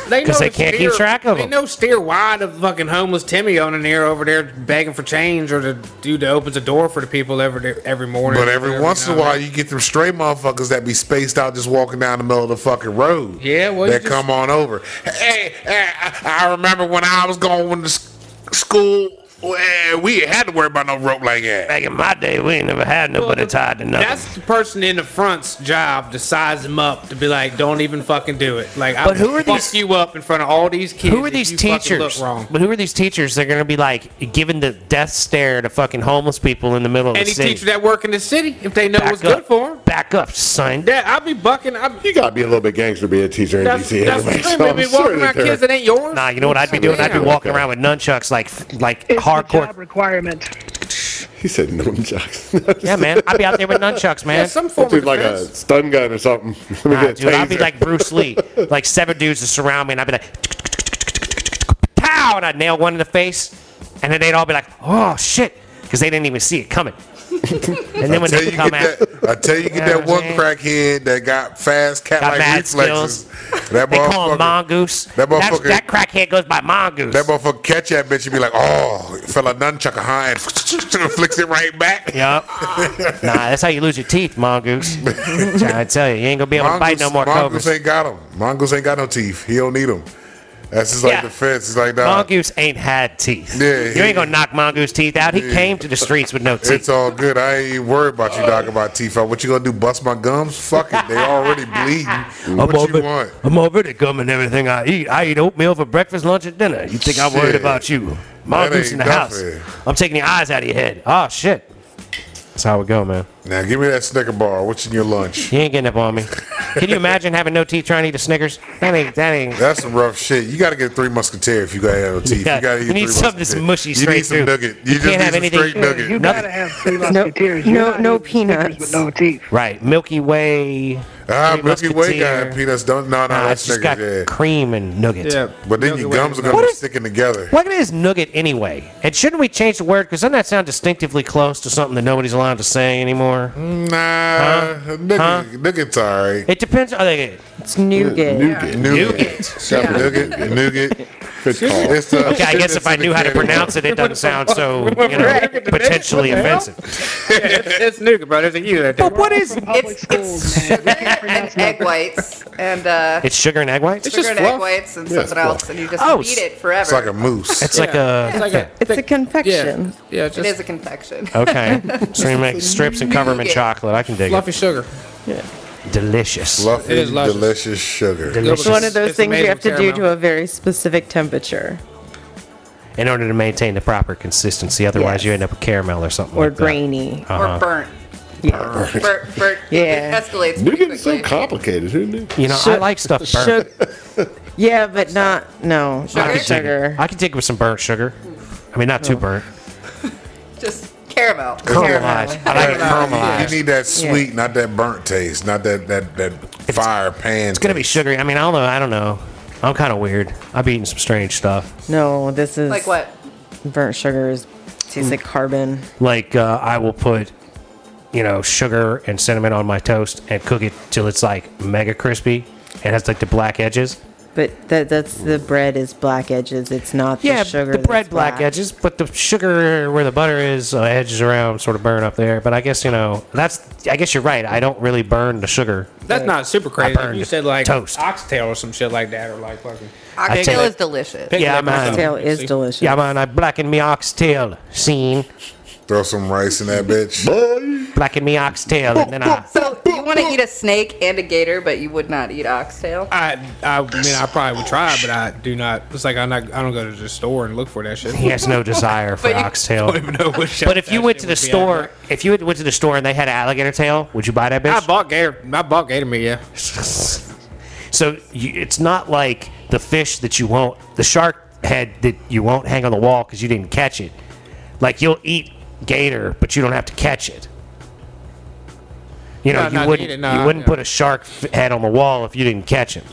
Speaker 3: They
Speaker 1: 'Cause
Speaker 3: know
Speaker 1: they
Speaker 3: to
Speaker 1: can't keep
Speaker 3: steer-
Speaker 1: track of
Speaker 3: They
Speaker 1: 'em.
Speaker 3: know steer wide of fucking homeless Timmy on in there over there begging for change or the dude that opens the door for the people every day- every morning.
Speaker 6: But every once
Speaker 3: now
Speaker 6: in a
Speaker 3: and
Speaker 6: while,
Speaker 3: then.
Speaker 6: you get them stray motherfuckers that be spaced out just walking down the middle of the fucking road.
Speaker 3: Yeah, well, you
Speaker 6: that
Speaker 3: just-
Speaker 6: come on over. Hey, hey, I, I remember when I was going to s- school, eh, we had to worry about no rope like that.
Speaker 1: Back in my day, we ain't never had nobody
Speaker 3: Well,
Speaker 1: tied to nothing.
Speaker 3: That's the person in the front's job to size them up to be like, don't even fucking do it. Like,
Speaker 1: But
Speaker 3: I
Speaker 1: who are
Speaker 3: fuck
Speaker 1: these-
Speaker 3: you up in front of all these kids.
Speaker 1: who are
Speaker 3: if
Speaker 1: these
Speaker 3: you fucking
Speaker 1: teachers?
Speaker 3: Look wrong.
Speaker 1: But who are these teachers? They're gonna be like giving the death stare to fucking homeless people in the middle of
Speaker 3: Any
Speaker 1: the city.
Speaker 3: teacher that work in the city, if they know
Speaker 1: Back
Speaker 3: what's
Speaker 1: up.
Speaker 3: good for them,
Speaker 1: Back up, son.
Speaker 3: that I'll be bucking. I'm,
Speaker 5: You gotta be a little bit gangster to be a teacher in
Speaker 3: that's
Speaker 5: DC.
Speaker 3: that's
Speaker 5: anyway,
Speaker 3: the thing.
Speaker 5: so
Speaker 3: They
Speaker 5: I'm
Speaker 3: be
Speaker 5: sure
Speaker 3: walking around
Speaker 5: that they're-
Speaker 3: kids that ain't yours.
Speaker 1: Nah, you know what I'd be doing? I'd be
Speaker 3: Damn.
Speaker 1: walking around with nunchucks like like
Speaker 2: It's a job
Speaker 1: hardcore.
Speaker 2: requirement.
Speaker 5: He said no jocks.
Speaker 1: Yeah, man. I'd be out there with nunchucks, man.
Speaker 3: Yeah, some form of
Speaker 5: Dude, like a
Speaker 3: defense.
Speaker 5: stun gun or something. Let me
Speaker 1: Nah,
Speaker 5: get a
Speaker 1: dude, I'd be
Speaker 5: taser.
Speaker 1: like Bruce Lee. Like seven dudes to surround me, and I'd be like, pow, and I'd nail one in the face, and then they'd all be like, oh shit, because they didn't even see it coming. and then when
Speaker 6: Until
Speaker 1: they
Speaker 6: you
Speaker 1: come
Speaker 6: get
Speaker 1: at,
Speaker 6: that, until you get
Speaker 1: Yeah,
Speaker 6: that one
Speaker 1: man.
Speaker 6: crackhead that got fast cat like
Speaker 1: Got mad
Speaker 6: reflexes. That
Speaker 1: they call him
Speaker 6: motherfucker.
Speaker 1: mongoose.
Speaker 6: that
Speaker 1: That's-
Speaker 6: motherfucker-
Speaker 1: that crackhead goes by mongoose.
Speaker 6: That motherfucker catch that bitch and be like, oh, fella nunchuck, huh? And flicks it right back.
Speaker 1: Yup. nah, that's how you lose your teeth, mongoose. I tell you, you ain't gonna be able to bite no more
Speaker 6: Mongoose
Speaker 1: cobras.
Speaker 6: ain't got him. Mongoose ain't got no teeth. He don't need them. That's his like
Speaker 1: Yeah.
Speaker 6: defense. He's like, nah,
Speaker 1: Mongoose ain't had teeth.
Speaker 6: uh, Yeah,
Speaker 1: you
Speaker 6: he-
Speaker 1: ain't gonna knock mongoose teeth out. He
Speaker 6: Yeah.
Speaker 1: came to the streets with no
Speaker 6: it's
Speaker 1: teeth.
Speaker 6: all good. I ain't even worried about you talking about teeth. out. What you gonna do? Bust my gums? Fuck it. They already bleeding. What you want?
Speaker 1: I'm already gumming everything I eat. I eat oatmeal for breakfast, lunch, and dinner. You think I'm worried
Speaker 6: Shit.
Speaker 1: about you? Mongoose
Speaker 6: ain't
Speaker 1: in the house.
Speaker 6: nothing.
Speaker 1: I'm taking your eyes out of your head. Oh shit. That's how it go, man.
Speaker 6: Now give me that Snicker bar. What's in your lunch?
Speaker 1: You ain't getting up on me. Can you imagine having no teeth trying to eat a Snickers? That ain't that ain't
Speaker 6: That's some rough shit. You gotta get three musketeer if you gotta have no teeth.
Speaker 1: Yeah,
Speaker 6: You gotta eat
Speaker 1: you need
Speaker 6: three
Speaker 1: something that's
Speaker 6: Musketeer.
Speaker 1: mushy
Speaker 6: You
Speaker 1: straight
Speaker 6: need some
Speaker 1: through.
Speaker 6: nugget. You,
Speaker 1: You can't
Speaker 6: just need
Speaker 1: have
Speaker 6: some
Speaker 1: anything-
Speaker 6: straight
Speaker 1: Yeah,
Speaker 6: nugget.
Speaker 2: Uh, You gotta have three musketeers.
Speaker 4: no-
Speaker 2: You're not
Speaker 4: no
Speaker 2: having Snickers
Speaker 4: peanuts.
Speaker 2: With no teeth.
Speaker 1: right. Milky Way.
Speaker 6: Ah,
Speaker 1: Three
Speaker 6: Milky Way
Speaker 1: Musketeer.
Speaker 6: guy peanuts don't. No, no,
Speaker 1: Nah,
Speaker 6: that's
Speaker 1: it's just
Speaker 6: Snickers.
Speaker 1: got
Speaker 6: yeah.
Speaker 1: cream and nuggets.
Speaker 3: Yeah,
Speaker 6: But then your gums are gonna
Speaker 1: What
Speaker 6: be
Speaker 1: is-
Speaker 6: sticking together.
Speaker 1: What is nugget anyway? And shouldn't we change the word? Because doesn't that sound distinctively close to something that nobody's allowed to say anymore?
Speaker 6: Nah, nugget,
Speaker 1: Huh?
Speaker 6: nugget's all right.
Speaker 1: It depends. Are they
Speaker 4: It's nougat.
Speaker 5: Nougat.
Speaker 1: nougat?
Speaker 6: Shut up, Nougat. Nougat.
Speaker 5: Good call.
Speaker 6: It's, uh,
Speaker 1: Okay, I
Speaker 6: shit
Speaker 1: guess if
Speaker 6: that's
Speaker 1: I
Speaker 6: in the
Speaker 1: knew how to
Speaker 6: can.
Speaker 1: pronounce it, it doesn't sound so you know,
Speaker 3: Right.
Speaker 1: potentially
Speaker 3: What the hell?
Speaker 1: offensive.
Speaker 3: it's Nuka, bro. There's a U there.
Speaker 1: But what is
Speaker 2: Public schools, man. We can't pronounce
Speaker 7: and egg whites and uh,
Speaker 1: it's sugar and egg whites?
Speaker 7: sugar and
Speaker 3: fluff.
Speaker 7: egg whites and
Speaker 5: Yeah,
Speaker 7: something
Speaker 5: fluff.
Speaker 7: else, and you just
Speaker 1: Oh,
Speaker 7: eat
Speaker 1: s-
Speaker 7: it forever.
Speaker 6: It's like a moose.
Speaker 1: It's like a
Speaker 3: It's like a,
Speaker 4: It's a confection.
Speaker 3: yeah, yeah,
Speaker 7: it is
Speaker 3: just
Speaker 7: a confection.
Speaker 1: okay. So you make strips and cover them in
Speaker 7: Nougat.
Speaker 1: chocolate. I can dig
Speaker 3: fluffy sugar.
Speaker 1: it. Delicious.
Speaker 6: Fluffy,
Speaker 3: It is luscious.
Speaker 6: delicious sugar.
Speaker 1: Delicious.
Speaker 4: It's one of those
Speaker 3: It's
Speaker 4: things
Speaker 3: amazing
Speaker 4: you have to do
Speaker 3: caramel.
Speaker 4: to a very specific temperature
Speaker 1: In order to maintain the proper consistency, otherwise
Speaker 4: Yes.
Speaker 1: you end up with caramel or something.
Speaker 4: or
Speaker 1: like that.
Speaker 4: grainy.
Speaker 1: Uh-huh.
Speaker 7: Or burnt.
Speaker 4: Yeah.
Speaker 7: Burnt, burnt.
Speaker 4: Yeah.
Speaker 7: It escalates.
Speaker 5: Nougat is so
Speaker 7: quickly.
Speaker 5: complicated, isn't it?
Speaker 1: You know, I
Speaker 4: Sug-
Speaker 1: like stuff burnt.
Speaker 4: Sug- yeah, but not no
Speaker 1: I
Speaker 4: not
Speaker 1: can dig it.
Speaker 4: sugar.
Speaker 1: I can dig it with some burnt sugar. I mean, not too burnt.
Speaker 7: Just caramel.
Speaker 1: Caramelized. I like it
Speaker 6: You
Speaker 1: caramelized.
Speaker 6: need that sweet, not that burnt taste, not that that that fire pan.
Speaker 1: It's gonna be sugary. I mean, I don't know. I don't know. I'm kind of weird. I've eaten some strange stuff.
Speaker 4: No, this is
Speaker 7: Like what?
Speaker 4: Burnt sugar is tastes like carbon.
Speaker 1: Like uh, I will put, you know, sugar and cinnamon on my toast and cook it till it's like mega crispy and has like the black edges.
Speaker 4: But that that's the bread is black edges. It's not the
Speaker 1: Yeah,
Speaker 4: sugar.
Speaker 1: the bread
Speaker 4: that's
Speaker 1: black edges, but the sugar where the butter is, uh, edges around, sort of burn up there. But I guess you know that's. I guess you're right. I don't really burn the sugar.
Speaker 3: That's not super crazy. If
Speaker 1: burned
Speaker 3: you said like
Speaker 1: toast.
Speaker 3: oxtail or some shit like that, or like fucking.
Speaker 1: tell
Speaker 7: Oxtail
Speaker 1: you-
Speaker 7: is delicious.
Speaker 3: Pick
Speaker 1: Yeah,
Speaker 3: it up
Speaker 1: man.
Speaker 3: myself.
Speaker 4: Tail is
Speaker 3: See?
Speaker 4: delicious.
Speaker 1: Yeah, man, I blacken me oxtail. Scene.
Speaker 6: Throw some rice in that bitch.
Speaker 5: Boy,
Speaker 1: Blacken me oxtail, and then I.
Speaker 7: So you would want to eat a snake and a gator, but you would not eat oxtail.
Speaker 3: I, I mean, I probably would try, but I do not. It's like I'm not. I don't go to the store and look for that shit.
Speaker 1: He has no desire for
Speaker 7: But you-
Speaker 3: I
Speaker 1: oxtail.
Speaker 3: don't even know what shop
Speaker 1: But if you
Speaker 3: that
Speaker 1: went
Speaker 3: shit
Speaker 1: to the
Speaker 3: would be at.
Speaker 1: store, if you went- went to the store and they had alligator tail, would you buy that
Speaker 3: I
Speaker 1: bitch?
Speaker 3: bought gator. I bought gator meat. Yeah.
Speaker 1: So you, it's not like the fish that you won't, the shark head that you won't hang on the wall because you didn't catch it. Like you'll eat gator, but you don't have to catch it. You
Speaker 3: No,
Speaker 1: know,
Speaker 3: not
Speaker 1: you
Speaker 3: eat
Speaker 1: wouldn't,
Speaker 3: it, no,
Speaker 1: you wouldn't
Speaker 3: yeah.
Speaker 1: put a shark f- head on the wall if you didn't catch him.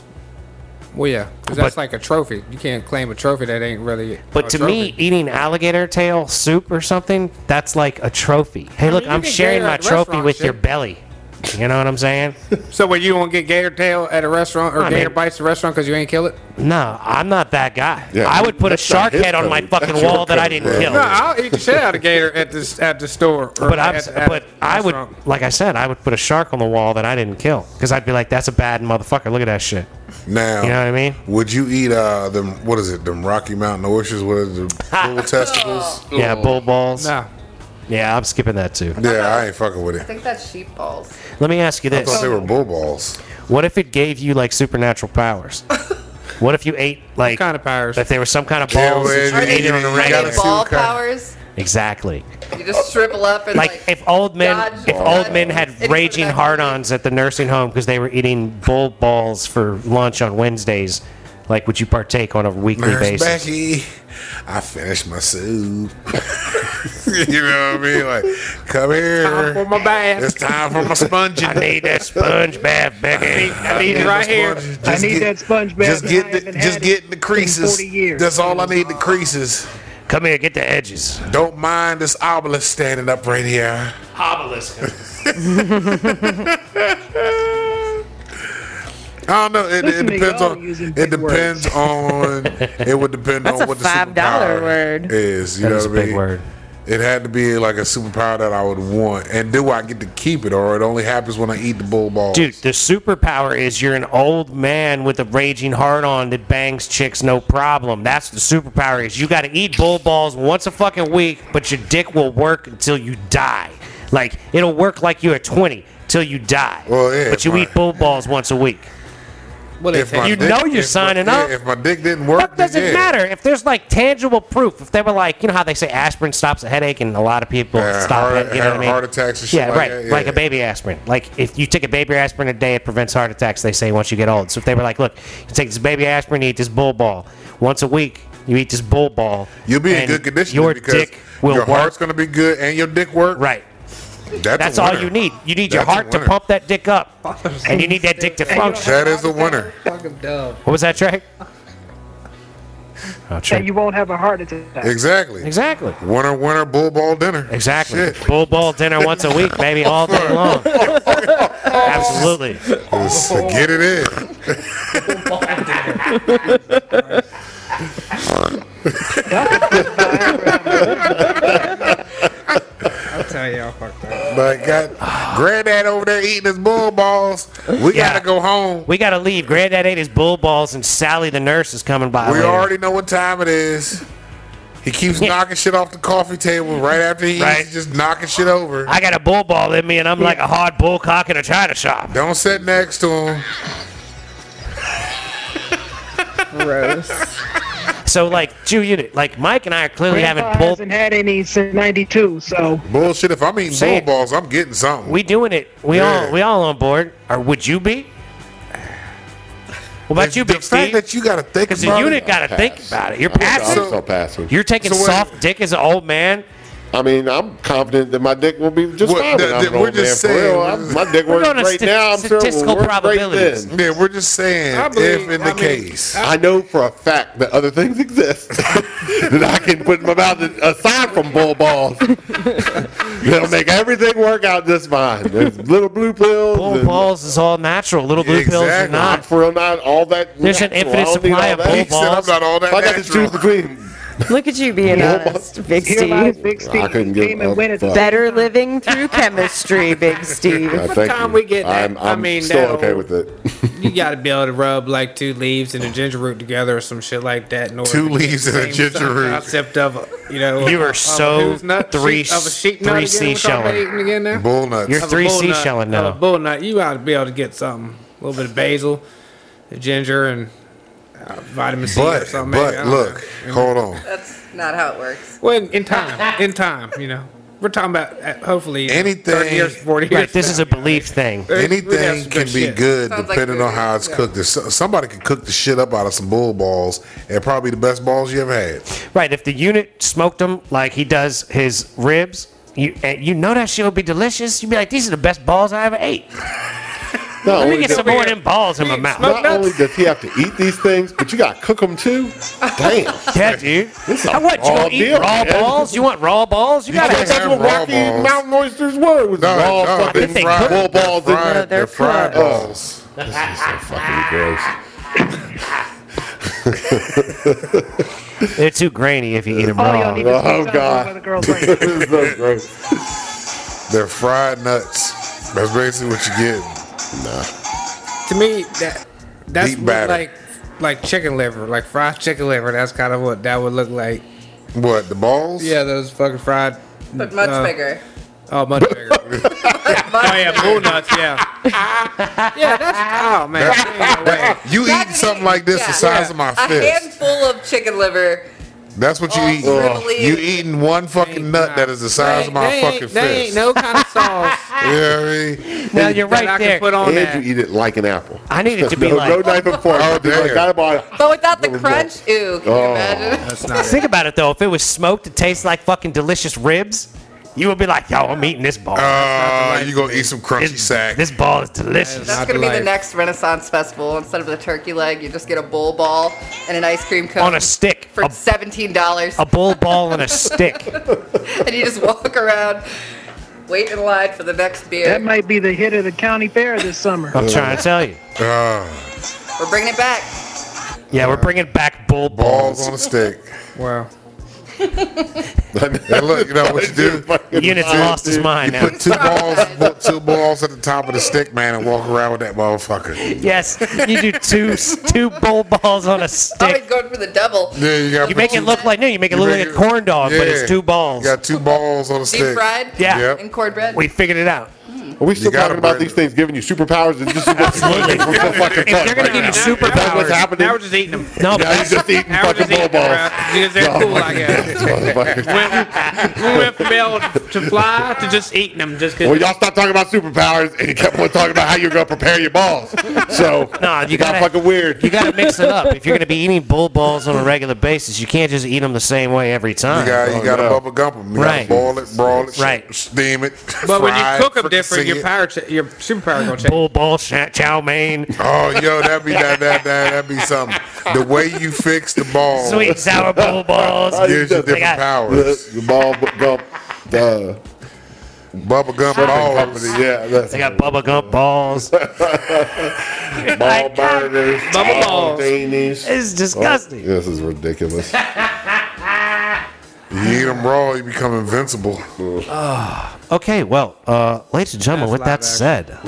Speaker 3: Well, yeah, 'cause that's
Speaker 1: But-
Speaker 3: like a trophy. You can't claim a trophy that ain't really.
Speaker 1: But
Speaker 3: Oh, a
Speaker 1: to
Speaker 3: trophy.
Speaker 1: me, eating alligator tail soup or something, that's like a trophy. Hey, look,
Speaker 3: you
Speaker 1: I'm
Speaker 3: can
Speaker 1: sharing
Speaker 3: gator
Speaker 1: my
Speaker 3: at the
Speaker 1: trophy
Speaker 3: restaurant,
Speaker 1: with your
Speaker 3: shit.
Speaker 1: belly. You know what I'm saying?
Speaker 3: so when you won't get gator tail at a restaurant or
Speaker 1: I
Speaker 3: gator
Speaker 1: mean-
Speaker 3: bites at a restaurant because you ain't kill it?
Speaker 1: No, I'm not that guy.
Speaker 5: Yeah,
Speaker 1: I would put a
Speaker 5: that's not
Speaker 1: shark
Speaker 5: his
Speaker 1: head on my
Speaker 5: code.
Speaker 1: fucking
Speaker 5: That's your
Speaker 1: wall that I
Speaker 5: code,
Speaker 1: didn't
Speaker 5: bro.
Speaker 1: kill.
Speaker 3: No, I'll eat the shit out of gator at the at the store. Or
Speaker 1: But
Speaker 3: at,
Speaker 1: I'm, s-
Speaker 3: at
Speaker 1: but
Speaker 3: a
Speaker 1: I would,
Speaker 3: restaurant.
Speaker 1: like I said, I would put a shark on the wall that I didn't kill because I'd be like, "That's a bad motherfucker. Look at that shit."
Speaker 6: Now,
Speaker 1: You know what I mean?
Speaker 6: Would you eat uh them? What is it? Them Rocky Mountain oysters with the bull testicles?
Speaker 1: Yeah, bull balls.
Speaker 3: No,
Speaker 1: Yeah, I'm skipping that too.
Speaker 6: Yeah, I ain't fucking with
Speaker 7: I
Speaker 6: it.
Speaker 7: think that's sheep balls.
Speaker 1: Let me ask you
Speaker 6: I thought
Speaker 1: this:
Speaker 6: they were bull balls.
Speaker 1: What if it gave you like supernatural powers? What if you ate like
Speaker 3: kind of powers.
Speaker 1: if there was some kind of
Speaker 6: Yeah,
Speaker 1: balls
Speaker 6: well,
Speaker 1: that you
Speaker 6: you-
Speaker 1: ate
Speaker 6: you-
Speaker 1: on a
Speaker 6: you
Speaker 1: regular?
Speaker 6: gotta- see
Speaker 7: ball
Speaker 6: what kind-
Speaker 7: powers.
Speaker 1: Exactly.
Speaker 7: You just shrivel up and like,
Speaker 1: Like if old men,
Speaker 7: dodge-
Speaker 1: if
Speaker 7: dodge-
Speaker 1: old men
Speaker 7: Any
Speaker 1: had
Speaker 7: sort of
Speaker 1: raging
Speaker 7: activity.
Speaker 1: hard-ons at the nursing home because they were eating bull balls for lunch on Wednesdays, like would you partake on a weekly
Speaker 6: Nurse
Speaker 1: basis?
Speaker 6: Becky, I finished my soup. you know what I mean? Like, come
Speaker 3: Time for
Speaker 6: here.
Speaker 3: my bath.
Speaker 6: It's time for my sponging.
Speaker 1: I need that sponge bath, Becky.
Speaker 3: I need it right here.
Speaker 2: I need that sponge bath
Speaker 6: Just
Speaker 2: that I
Speaker 6: get, the,
Speaker 2: haven't
Speaker 6: just
Speaker 2: had
Speaker 6: get the
Speaker 2: in
Speaker 6: creases.
Speaker 2: 40 years.
Speaker 6: That's all I need. The creases.
Speaker 1: Come here, get the edges.
Speaker 6: Don't mind this obelisk standing up right here.
Speaker 1: Obelisk.
Speaker 6: I don't know. It, it
Speaker 2: Listen to
Speaker 6: depends
Speaker 2: y'all
Speaker 6: on.
Speaker 2: using
Speaker 6: It
Speaker 2: big
Speaker 6: depends on. It would depend
Speaker 4: That's
Speaker 6: on
Speaker 4: a
Speaker 6: what the
Speaker 4: $5
Speaker 6: superpower
Speaker 4: word.
Speaker 6: is. You
Speaker 1: That
Speaker 6: know
Speaker 1: is a
Speaker 6: what I
Speaker 1: big
Speaker 6: mean?
Speaker 1: word.
Speaker 6: It had to be like a superpower that I would want, and do I get to keep it, or it only happens when I eat the bull balls?
Speaker 1: Dude, the superpower is you're an old man with a raging hard on that bangs chicks no problem. That's the superpower is you got to eat bull balls once a fucking week, but your dick will work until you die. Like it'll work like you're 20 till you die.
Speaker 6: Well, yeah,
Speaker 1: but you
Speaker 6: my-
Speaker 1: eat bull balls once a week.
Speaker 3: What
Speaker 6: If my
Speaker 1: You
Speaker 6: dick-
Speaker 1: know you're
Speaker 6: if my-
Speaker 1: signing
Speaker 6: yeah,
Speaker 1: up.
Speaker 6: if my dick didn't work,
Speaker 1: Fuck doesn't
Speaker 6: then yeah.
Speaker 1: matter if there's like tangible proof. If they were like, you know how they say aspirin stops a headache, and a lot of people
Speaker 6: Yeah,
Speaker 1: stop
Speaker 6: heart-
Speaker 1: it. You know what I mean?
Speaker 6: heart attacks and shit
Speaker 1: Yeah,
Speaker 6: like
Speaker 1: right.
Speaker 6: that,
Speaker 1: Like
Speaker 6: yeah.
Speaker 1: a baby aspirin. Like if you take a baby aspirin a day, it prevents heart attacks. They say once you get old. So if they were like, look, you take this baby aspirin, you eat this bull ball once a week. You eat this bull ball.
Speaker 6: You'll be in
Speaker 1: and
Speaker 6: good condition
Speaker 1: Your
Speaker 6: because
Speaker 1: dick will
Speaker 6: your
Speaker 1: work.
Speaker 6: heart's going to be good and your dick work.
Speaker 1: right.
Speaker 6: That's,
Speaker 1: That's
Speaker 6: a
Speaker 1: all
Speaker 6: winner.
Speaker 1: you need. You need your
Speaker 6: That's a
Speaker 1: heart to
Speaker 6: winner.
Speaker 1: pump that dick up, and you need that dick to function.
Speaker 6: That is a winner.
Speaker 3: Fucking dumb.
Speaker 1: What was that, Trey? Oh, Trey.
Speaker 2: and you won't have a heart attack.
Speaker 6: Exactly.
Speaker 1: Exactly.
Speaker 6: Winner, winner, bull ball dinner.
Speaker 1: Exactly.
Speaker 6: Shit.
Speaker 1: Bull ball dinner once a week, baby, all day long. Absolutely.
Speaker 6: Just Get it in.
Speaker 3: I'll tell y'all, fucked up.
Speaker 6: But got granddad over there eating his bull balls. We
Speaker 1: Yeah.
Speaker 6: got to go home.
Speaker 1: We gotta leave. Granddad ate his bull balls, and Sally the nurse is coming by.
Speaker 6: We
Speaker 1: later.
Speaker 6: already know what time it is. He keeps knocking shit off the coffee table right after he
Speaker 1: Right.
Speaker 6: eats. He's just knocking shit over.
Speaker 1: I got a bull ball in me, and I'm like a hard bull cock in a china shop.
Speaker 6: Don't sit next to him.
Speaker 4: Gross.
Speaker 1: So, like, Jew unit, like Mike and I are clearly having
Speaker 2: Grandpa
Speaker 1: bull.
Speaker 2: hasn't had any since '92, so
Speaker 6: Bullshit. If I'm eating
Speaker 1: Say
Speaker 6: bull
Speaker 1: it.
Speaker 6: balls, I'm getting something.
Speaker 1: We doing it. We
Speaker 6: Yeah.
Speaker 1: all we all on board. Or would you be? What about
Speaker 6: It's
Speaker 1: you,
Speaker 6: the
Speaker 1: Big
Speaker 6: fact
Speaker 1: Steve?
Speaker 6: that you got to think
Speaker 1: Because
Speaker 6: about
Speaker 1: the unit
Speaker 6: it.
Speaker 1: got to think
Speaker 5: Pass.
Speaker 1: about it. You're
Speaker 5: I'm not-
Speaker 1: passive.
Speaker 5: I'm so passive.
Speaker 1: You're taking
Speaker 6: So what-
Speaker 1: soft dick as an old man.
Speaker 5: I mean, I'm confident that my dick will be just
Speaker 6: What-
Speaker 5: fine.
Speaker 6: that-
Speaker 5: when I'm
Speaker 6: that
Speaker 5: an
Speaker 6: we're
Speaker 5: old
Speaker 6: just
Speaker 5: man, for
Speaker 6: saying-
Speaker 5: real. I'm- my dick works
Speaker 1: going on
Speaker 5: great
Speaker 1: sti-
Speaker 5: now. I'm sure it
Speaker 1: statistical
Speaker 5: will work great
Speaker 1: probabilities.
Speaker 5: then.
Speaker 6: Yeah, we're just
Speaker 3: I
Speaker 6: saying
Speaker 3: believe-
Speaker 6: if in
Speaker 3: I mean-
Speaker 6: the case.
Speaker 5: I know for a fact that other things exist that I can put in my mouth aside from bull balls. They'll make everything work out just fine. There's little blue pills.
Speaker 1: Bull
Speaker 5: and-
Speaker 1: balls is all natural. Little blue pills are
Speaker 6: Exactly.
Speaker 5: I'm
Speaker 1: not.
Speaker 5: for real not all that.
Speaker 1: There's an
Speaker 5: natural.
Speaker 1: infinite
Speaker 5: I don't need
Speaker 1: supply
Speaker 5: all
Speaker 1: of
Speaker 5: that.
Speaker 1: bull
Speaker 6: He said I'm
Speaker 1: balls.
Speaker 6: not all that
Speaker 5: If I got to
Speaker 6: natural.
Speaker 5: choose between
Speaker 4: Look at you being
Speaker 5: Yeah.
Speaker 4: honest, Big
Speaker 2: Here lies
Speaker 4: Steve.
Speaker 2: Big Steve.
Speaker 5: couldn't give
Speaker 2: Came and
Speaker 5: a
Speaker 2: went at the
Speaker 5: fuck.
Speaker 4: Better living through chemistry, Big
Speaker 5: I
Speaker 4: Steve.
Speaker 5: thank
Speaker 3: time
Speaker 5: you.
Speaker 3: we get that-
Speaker 5: I'm,
Speaker 3: I
Speaker 5: I'm
Speaker 3: mean,
Speaker 5: still
Speaker 3: that'll-
Speaker 5: okay with it.
Speaker 3: You gotta be able to rub like two leaves and a ginger root together or some shit like that. In order
Speaker 6: Two
Speaker 3: to get
Speaker 6: leaves
Speaker 3: the
Speaker 6: and a
Speaker 3: same
Speaker 6: ginger
Speaker 3: sub
Speaker 6: root.
Speaker 3: Concept of a- you know.
Speaker 1: You are
Speaker 3: of a
Speaker 1: so
Speaker 3: who's nut,
Speaker 1: three
Speaker 3: sheep- of a sheep nut
Speaker 1: three
Speaker 3: again, what's all that
Speaker 1: seashelling.
Speaker 3: again now?
Speaker 6: Bull nuts.
Speaker 1: You're
Speaker 3: Of a
Speaker 1: three
Speaker 3: bull nut,
Speaker 1: seashelling
Speaker 3: of
Speaker 1: now.
Speaker 3: a Bull nut. You ought to be able to get something. A little bit of basil, ginger, and uh, vitamin C or
Speaker 6: but
Speaker 3: something. maybe. I
Speaker 6: but
Speaker 3: don't
Speaker 6: look,
Speaker 3: know.
Speaker 6: hold on.
Speaker 7: That's not how it works.
Speaker 3: Well, in, in time, in time, you know, we're talking about uh, hopefully
Speaker 6: Anything-
Speaker 3: 30 years, 40 years.
Speaker 1: Right, this is a belief thing.
Speaker 3: We'd have
Speaker 6: Anything
Speaker 3: some
Speaker 6: can
Speaker 3: good
Speaker 6: be
Speaker 3: shit.
Speaker 6: good
Speaker 7: Sounds like
Speaker 6: depending on
Speaker 7: food.
Speaker 6: how it's
Speaker 7: Yeah.
Speaker 6: cooked. If so- Somebody could cook the shit up out of some bull balls and probably the best balls you ever had.
Speaker 1: Right, if the unit smoked them like he does his ribs, you and you know that shit would be delicious. You'd be like, these are the best balls I ever ate.
Speaker 5: Oh, Not
Speaker 1: Let
Speaker 5: only
Speaker 1: me get
Speaker 5: does-
Speaker 1: some more of them balls in my mouth.
Speaker 5: Not only does he have to eat these things, but you got to cook them too. Damn.
Speaker 1: Yeah, dude.
Speaker 5: This is a
Speaker 1: I want you
Speaker 5: raw
Speaker 1: gonna eat
Speaker 5: deal,
Speaker 1: raw
Speaker 5: man.
Speaker 1: balls. You want raw balls? You
Speaker 6: You
Speaker 1: gotta
Speaker 6: can't
Speaker 1: have some
Speaker 5: That's what
Speaker 6: raw
Speaker 5: Rocky
Speaker 6: balls.
Speaker 5: Mountain oysters were. Was
Speaker 6: No,
Speaker 5: raw
Speaker 6: no,
Speaker 5: fucking
Speaker 1: they
Speaker 5: fried,
Speaker 1: fried-
Speaker 5: bull balls. in
Speaker 6: fried,
Speaker 5: there.
Speaker 4: No, they're
Speaker 6: they're fried
Speaker 4: cooked.
Speaker 6: balls.
Speaker 5: This is so fucking gross.
Speaker 1: They're too grainy if you eat them
Speaker 2: All y'all
Speaker 1: raw.
Speaker 2: need to
Speaker 5: Oh,
Speaker 2: oh,
Speaker 5: God.
Speaker 2: God. Where the girls like.
Speaker 5: This is so gross.
Speaker 6: They're fried nuts. That's basically what you get.
Speaker 3: To me, that that's
Speaker 6: Deep
Speaker 3: what,
Speaker 6: batter.
Speaker 3: like like chicken liver, like fried chicken liver. That's kind of what that would look like.
Speaker 6: What the balls?
Speaker 3: Yeah, those fucking fried.
Speaker 7: But much
Speaker 3: uh,
Speaker 7: bigger.
Speaker 3: Oh, much bigger. oh yeah, bull nuts. Yeah. yeah, that's oh man. Yeah, wait.
Speaker 6: You
Speaker 7: That
Speaker 6: eating something
Speaker 7: is-
Speaker 6: like this the
Speaker 7: yeah.
Speaker 6: size of my
Speaker 7: A
Speaker 6: fist?
Speaker 7: handful of chicken liver.
Speaker 6: That's what you
Speaker 7: Oh,
Speaker 6: eat.
Speaker 7: really?
Speaker 6: You eating one fucking nut that is the size of my
Speaker 3: They ain't-
Speaker 6: fucking fist.
Speaker 3: They ain't no kind of sauce
Speaker 6: You know what I mean?
Speaker 1: Now you're
Speaker 3: that I
Speaker 1: right
Speaker 3: can
Speaker 1: there.
Speaker 3: put on
Speaker 5: And
Speaker 3: that.
Speaker 5: you eat it like an apple.
Speaker 1: Oh, I need it to be
Speaker 5: no, no
Speaker 1: like.
Speaker 5: knife and fork.
Speaker 6: Oh,
Speaker 5: Be like,
Speaker 6: damn.
Speaker 5: "Got a ball."
Speaker 7: But without the
Speaker 5: There we go.
Speaker 7: crunch, ew, can you
Speaker 5: Oh.
Speaker 7: imagine?
Speaker 3: That's not it.
Speaker 1: Think about it though. If it was smoked, it tastes like fucking delicious ribs. You would be like, yo, I'm eating this ball.
Speaker 6: Uh, you gonna eat some crunchy
Speaker 1: this,
Speaker 6: sack?
Speaker 1: this ball is delicious.
Speaker 3: Not
Speaker 7: That's gonna
Speaker 3: the
Speaker 7: be the
Speaker 3: life.
Speaker 7: next Renaissance festival. Instead of the turkey leg, you just get a bowl ball and an ice cream cone
Speaker 1: on a stick,
Speaker 7: for
Speaker 1: a,
Speaker 7: seventeen dollars,
Speaker 1: a bull ball and a stick.
Speaker 7: and you just walk around, wait in line for the next beer.
Speaker 2: That might be the hit of the county fair this summer.
Speaker 1: I'm trying to tell you.
Speaker 6: Ah,
Speaker 7: We're bringing it back.
Speaker 1: Yeah, we're bringing back bull balls.
Speaker 6: balls on a stick.
Speaker 3: Wow.
Speaker 6: And look, you know what you do?
Speaker 1: The unit's lost his mind
Speaker 6: You
Speaker 1: now.
Speaker 6: put two balls, two balls at the top of the stick, man, and walk around with that motherfucker.
Speaker 1: Yes, you do two two bull balls on a
Speaker 7: Always
Speaker 1: stick.
Speaker 7: going for the double.
Speaker 6: Yeah, you got.
Speaker 1: You make it look like no, you make it look like a corn dog, but it's two balls.
Speaker 6: You got two balls on a
Speaker 7: Deep
Speaker 6: stick.
Speaker 7: fried
Speaker 1: Yeah.
Speaker 6: Yep.
Speaker 7: and cornbread.
Speaker 1: We figured it out.
Speaker 5: Are we still
Speaker 6: gotta
Speaker 5: talking about
Speaker 6: burn
Speaker 5: these things giving you superpowers? And this is what
Speaker 1: Absolutely.
Speaker 5: We're so fucking
Speaker 1: If they're gonna
Speaker 5: fucked right
Speaker 1: give you
Speaker 5: now.
Speaker 1: superpowers-
Speaker 5: That's what's happening.
Speaker 3: Now we're just eating them.
Speaker 1: No,
Speaker 5: Now you're just eating
Speaker 3: Now we're
Speaker 5: fucking
Speaker 3: just
Speaker 5: bull
Speaker 3: eating
Speaker 5: balls.
Speaker 3: them, bro. Because they're cool like that.
Speaker 5: Motherfucker.
Speaker 3: We went from being able to fly to just eating them just
Speaker 5: Well,
Speaker 3: because.
Speaker 5: y'all stopped talking about superpowers and you kept on talking about how you're going to prepare your balls. So,
Speaker 1: No, you
Speaker 5: it got
Speaker 1: gotta-
Speaker 5: fucking weird.
Speaker 1: you gotta mix it up. If you're gonna be eating bull balls on a regular basis, you can't just eat them the same way every
Speaker 6: You
Speaker 1: time.
Speaker 6: got,
Speaker 5: Oh,
Speaker 6: you got to
Speaker 5: no.
Speaker 6: bubble gump them. You
Speaker 1: Right.
Speaker 6: got to boil it, brawl it,
Speaker 1: Right.
Speaker 6: steam it.
Speaker 3: But when you
Speaker 6: fry
Speaker 3: cook
Speaker 6: it,
Speaker 3: them different,
Speaker 6: fricassee
Speaker 3: your
Speaker 6: it.
Speaker 3: power, ch- your superpower gonna change.
Speaker 1: bull ball cha- chow mein,
Speaker 6: Oh, yo, that'd be that, that, that, that'd be something. The way you fix the ball
Speaker 1: sweet and sour bull balls.
Speaker 5: Yes,
Speaker 6: gives you
Speaker 5: They
Speaker 6: Oh. different
Speaker 1: got-
Speaker 6: powers.
Speaker 5: The, the ball gump. The
Speaker 6: Bubble gump balls.
Speaker 5: company, yeah, that's
Speaker 1: They got bubble gum balls.
Speaker 5: ball burners,
Speaker 3: Bubble
Speaker 5: ball
Speaker 3: balls.
Speaker 5: martinis.
Speaker 1: It's disgusting.
Speaker 5: This is ridiculous.
Speaker 6: You eat them raw, you become invincible.
Speaker 1: Okay, well, uh, ladies and gentlemen, with
Speaker 3: That's
Speaker 1: that said,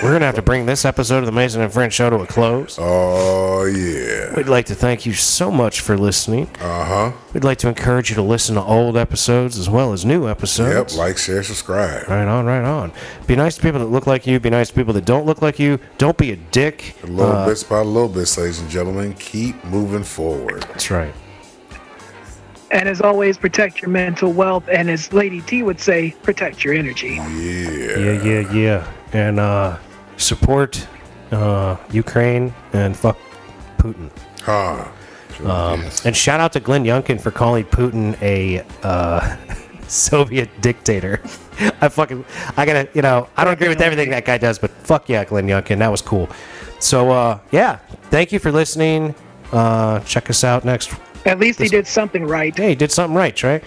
Speaker 1: we're going to have to bring this episode of the Mason and Friends show to a close.
Speaker 6: Oh, yeah.
Speaker 1: We'd like to thank you so much for listening.
Speaker 6: Uh huh.
Speaker 1: We'd like to encourage you to listen to old episodes as well as new episodes.
Speaker 6: Yep. Like, share, subscribe.
Speaker 1: Right on, right on. Be nice to people that look like you. Be nice to people that don't look like you. Don't be a dick.
Speaker 6: Little bits by little bits, ladies and gentlemen. Keep moving forward.
Speaker 1: That's right.
Speaker 2: And as always, protect your mental wealth. And as Lady T would say, protect your energy.
Speaker 6: Yeah.
Speaker 1: Yeah, yeah, yeah. And uh, support uh, Ukraine and fuck Putin.
Speaker 6: Huh.
Speaker 1: And shout out to Glenn Youngkin for calling Putin a uh, Soviet dictator. I fucking, I gotta, you know, I don't agree with everything that guy does, but fuck yeah, Glenn Youngkin, that was cool. So, uh, yeah, thank you for listening. Uh, check us out next.
Speaker 2: At least he did something right.
Speaker 1: Hey, you did something right, Trey.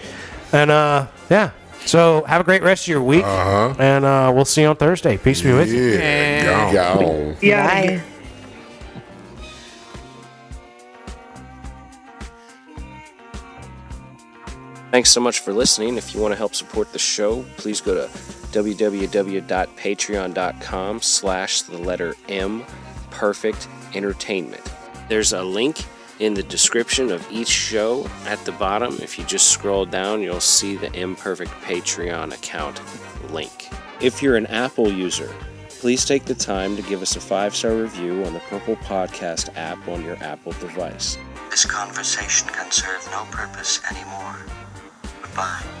Speaker 1: And uh, yeah, so have a great rest of your week,
Speaker 6: Uh-huh.
Speaker 1: and uh, we'll see you on Thursday. Peace be with you.
Speaker 6: Yeah. gone.
Speaker 5: Gone.
Speaker 2: Yeah.
Speaker 4: Bye.
Speaker 8: Thanks so much for listening. If you want to help support the show, please go to www.patreon.com slash the letter M Perfect Entertainment. There's a link in the description of each show at the bottom. If you just scroll down, you'll see the Imperfect Patreon account link. If you're an Apple user, please take the time to give us a five star review on the Purple Podcast app on your Apple device.
Speaker 9: This conversation can serve no purpose anymore. Goodbye.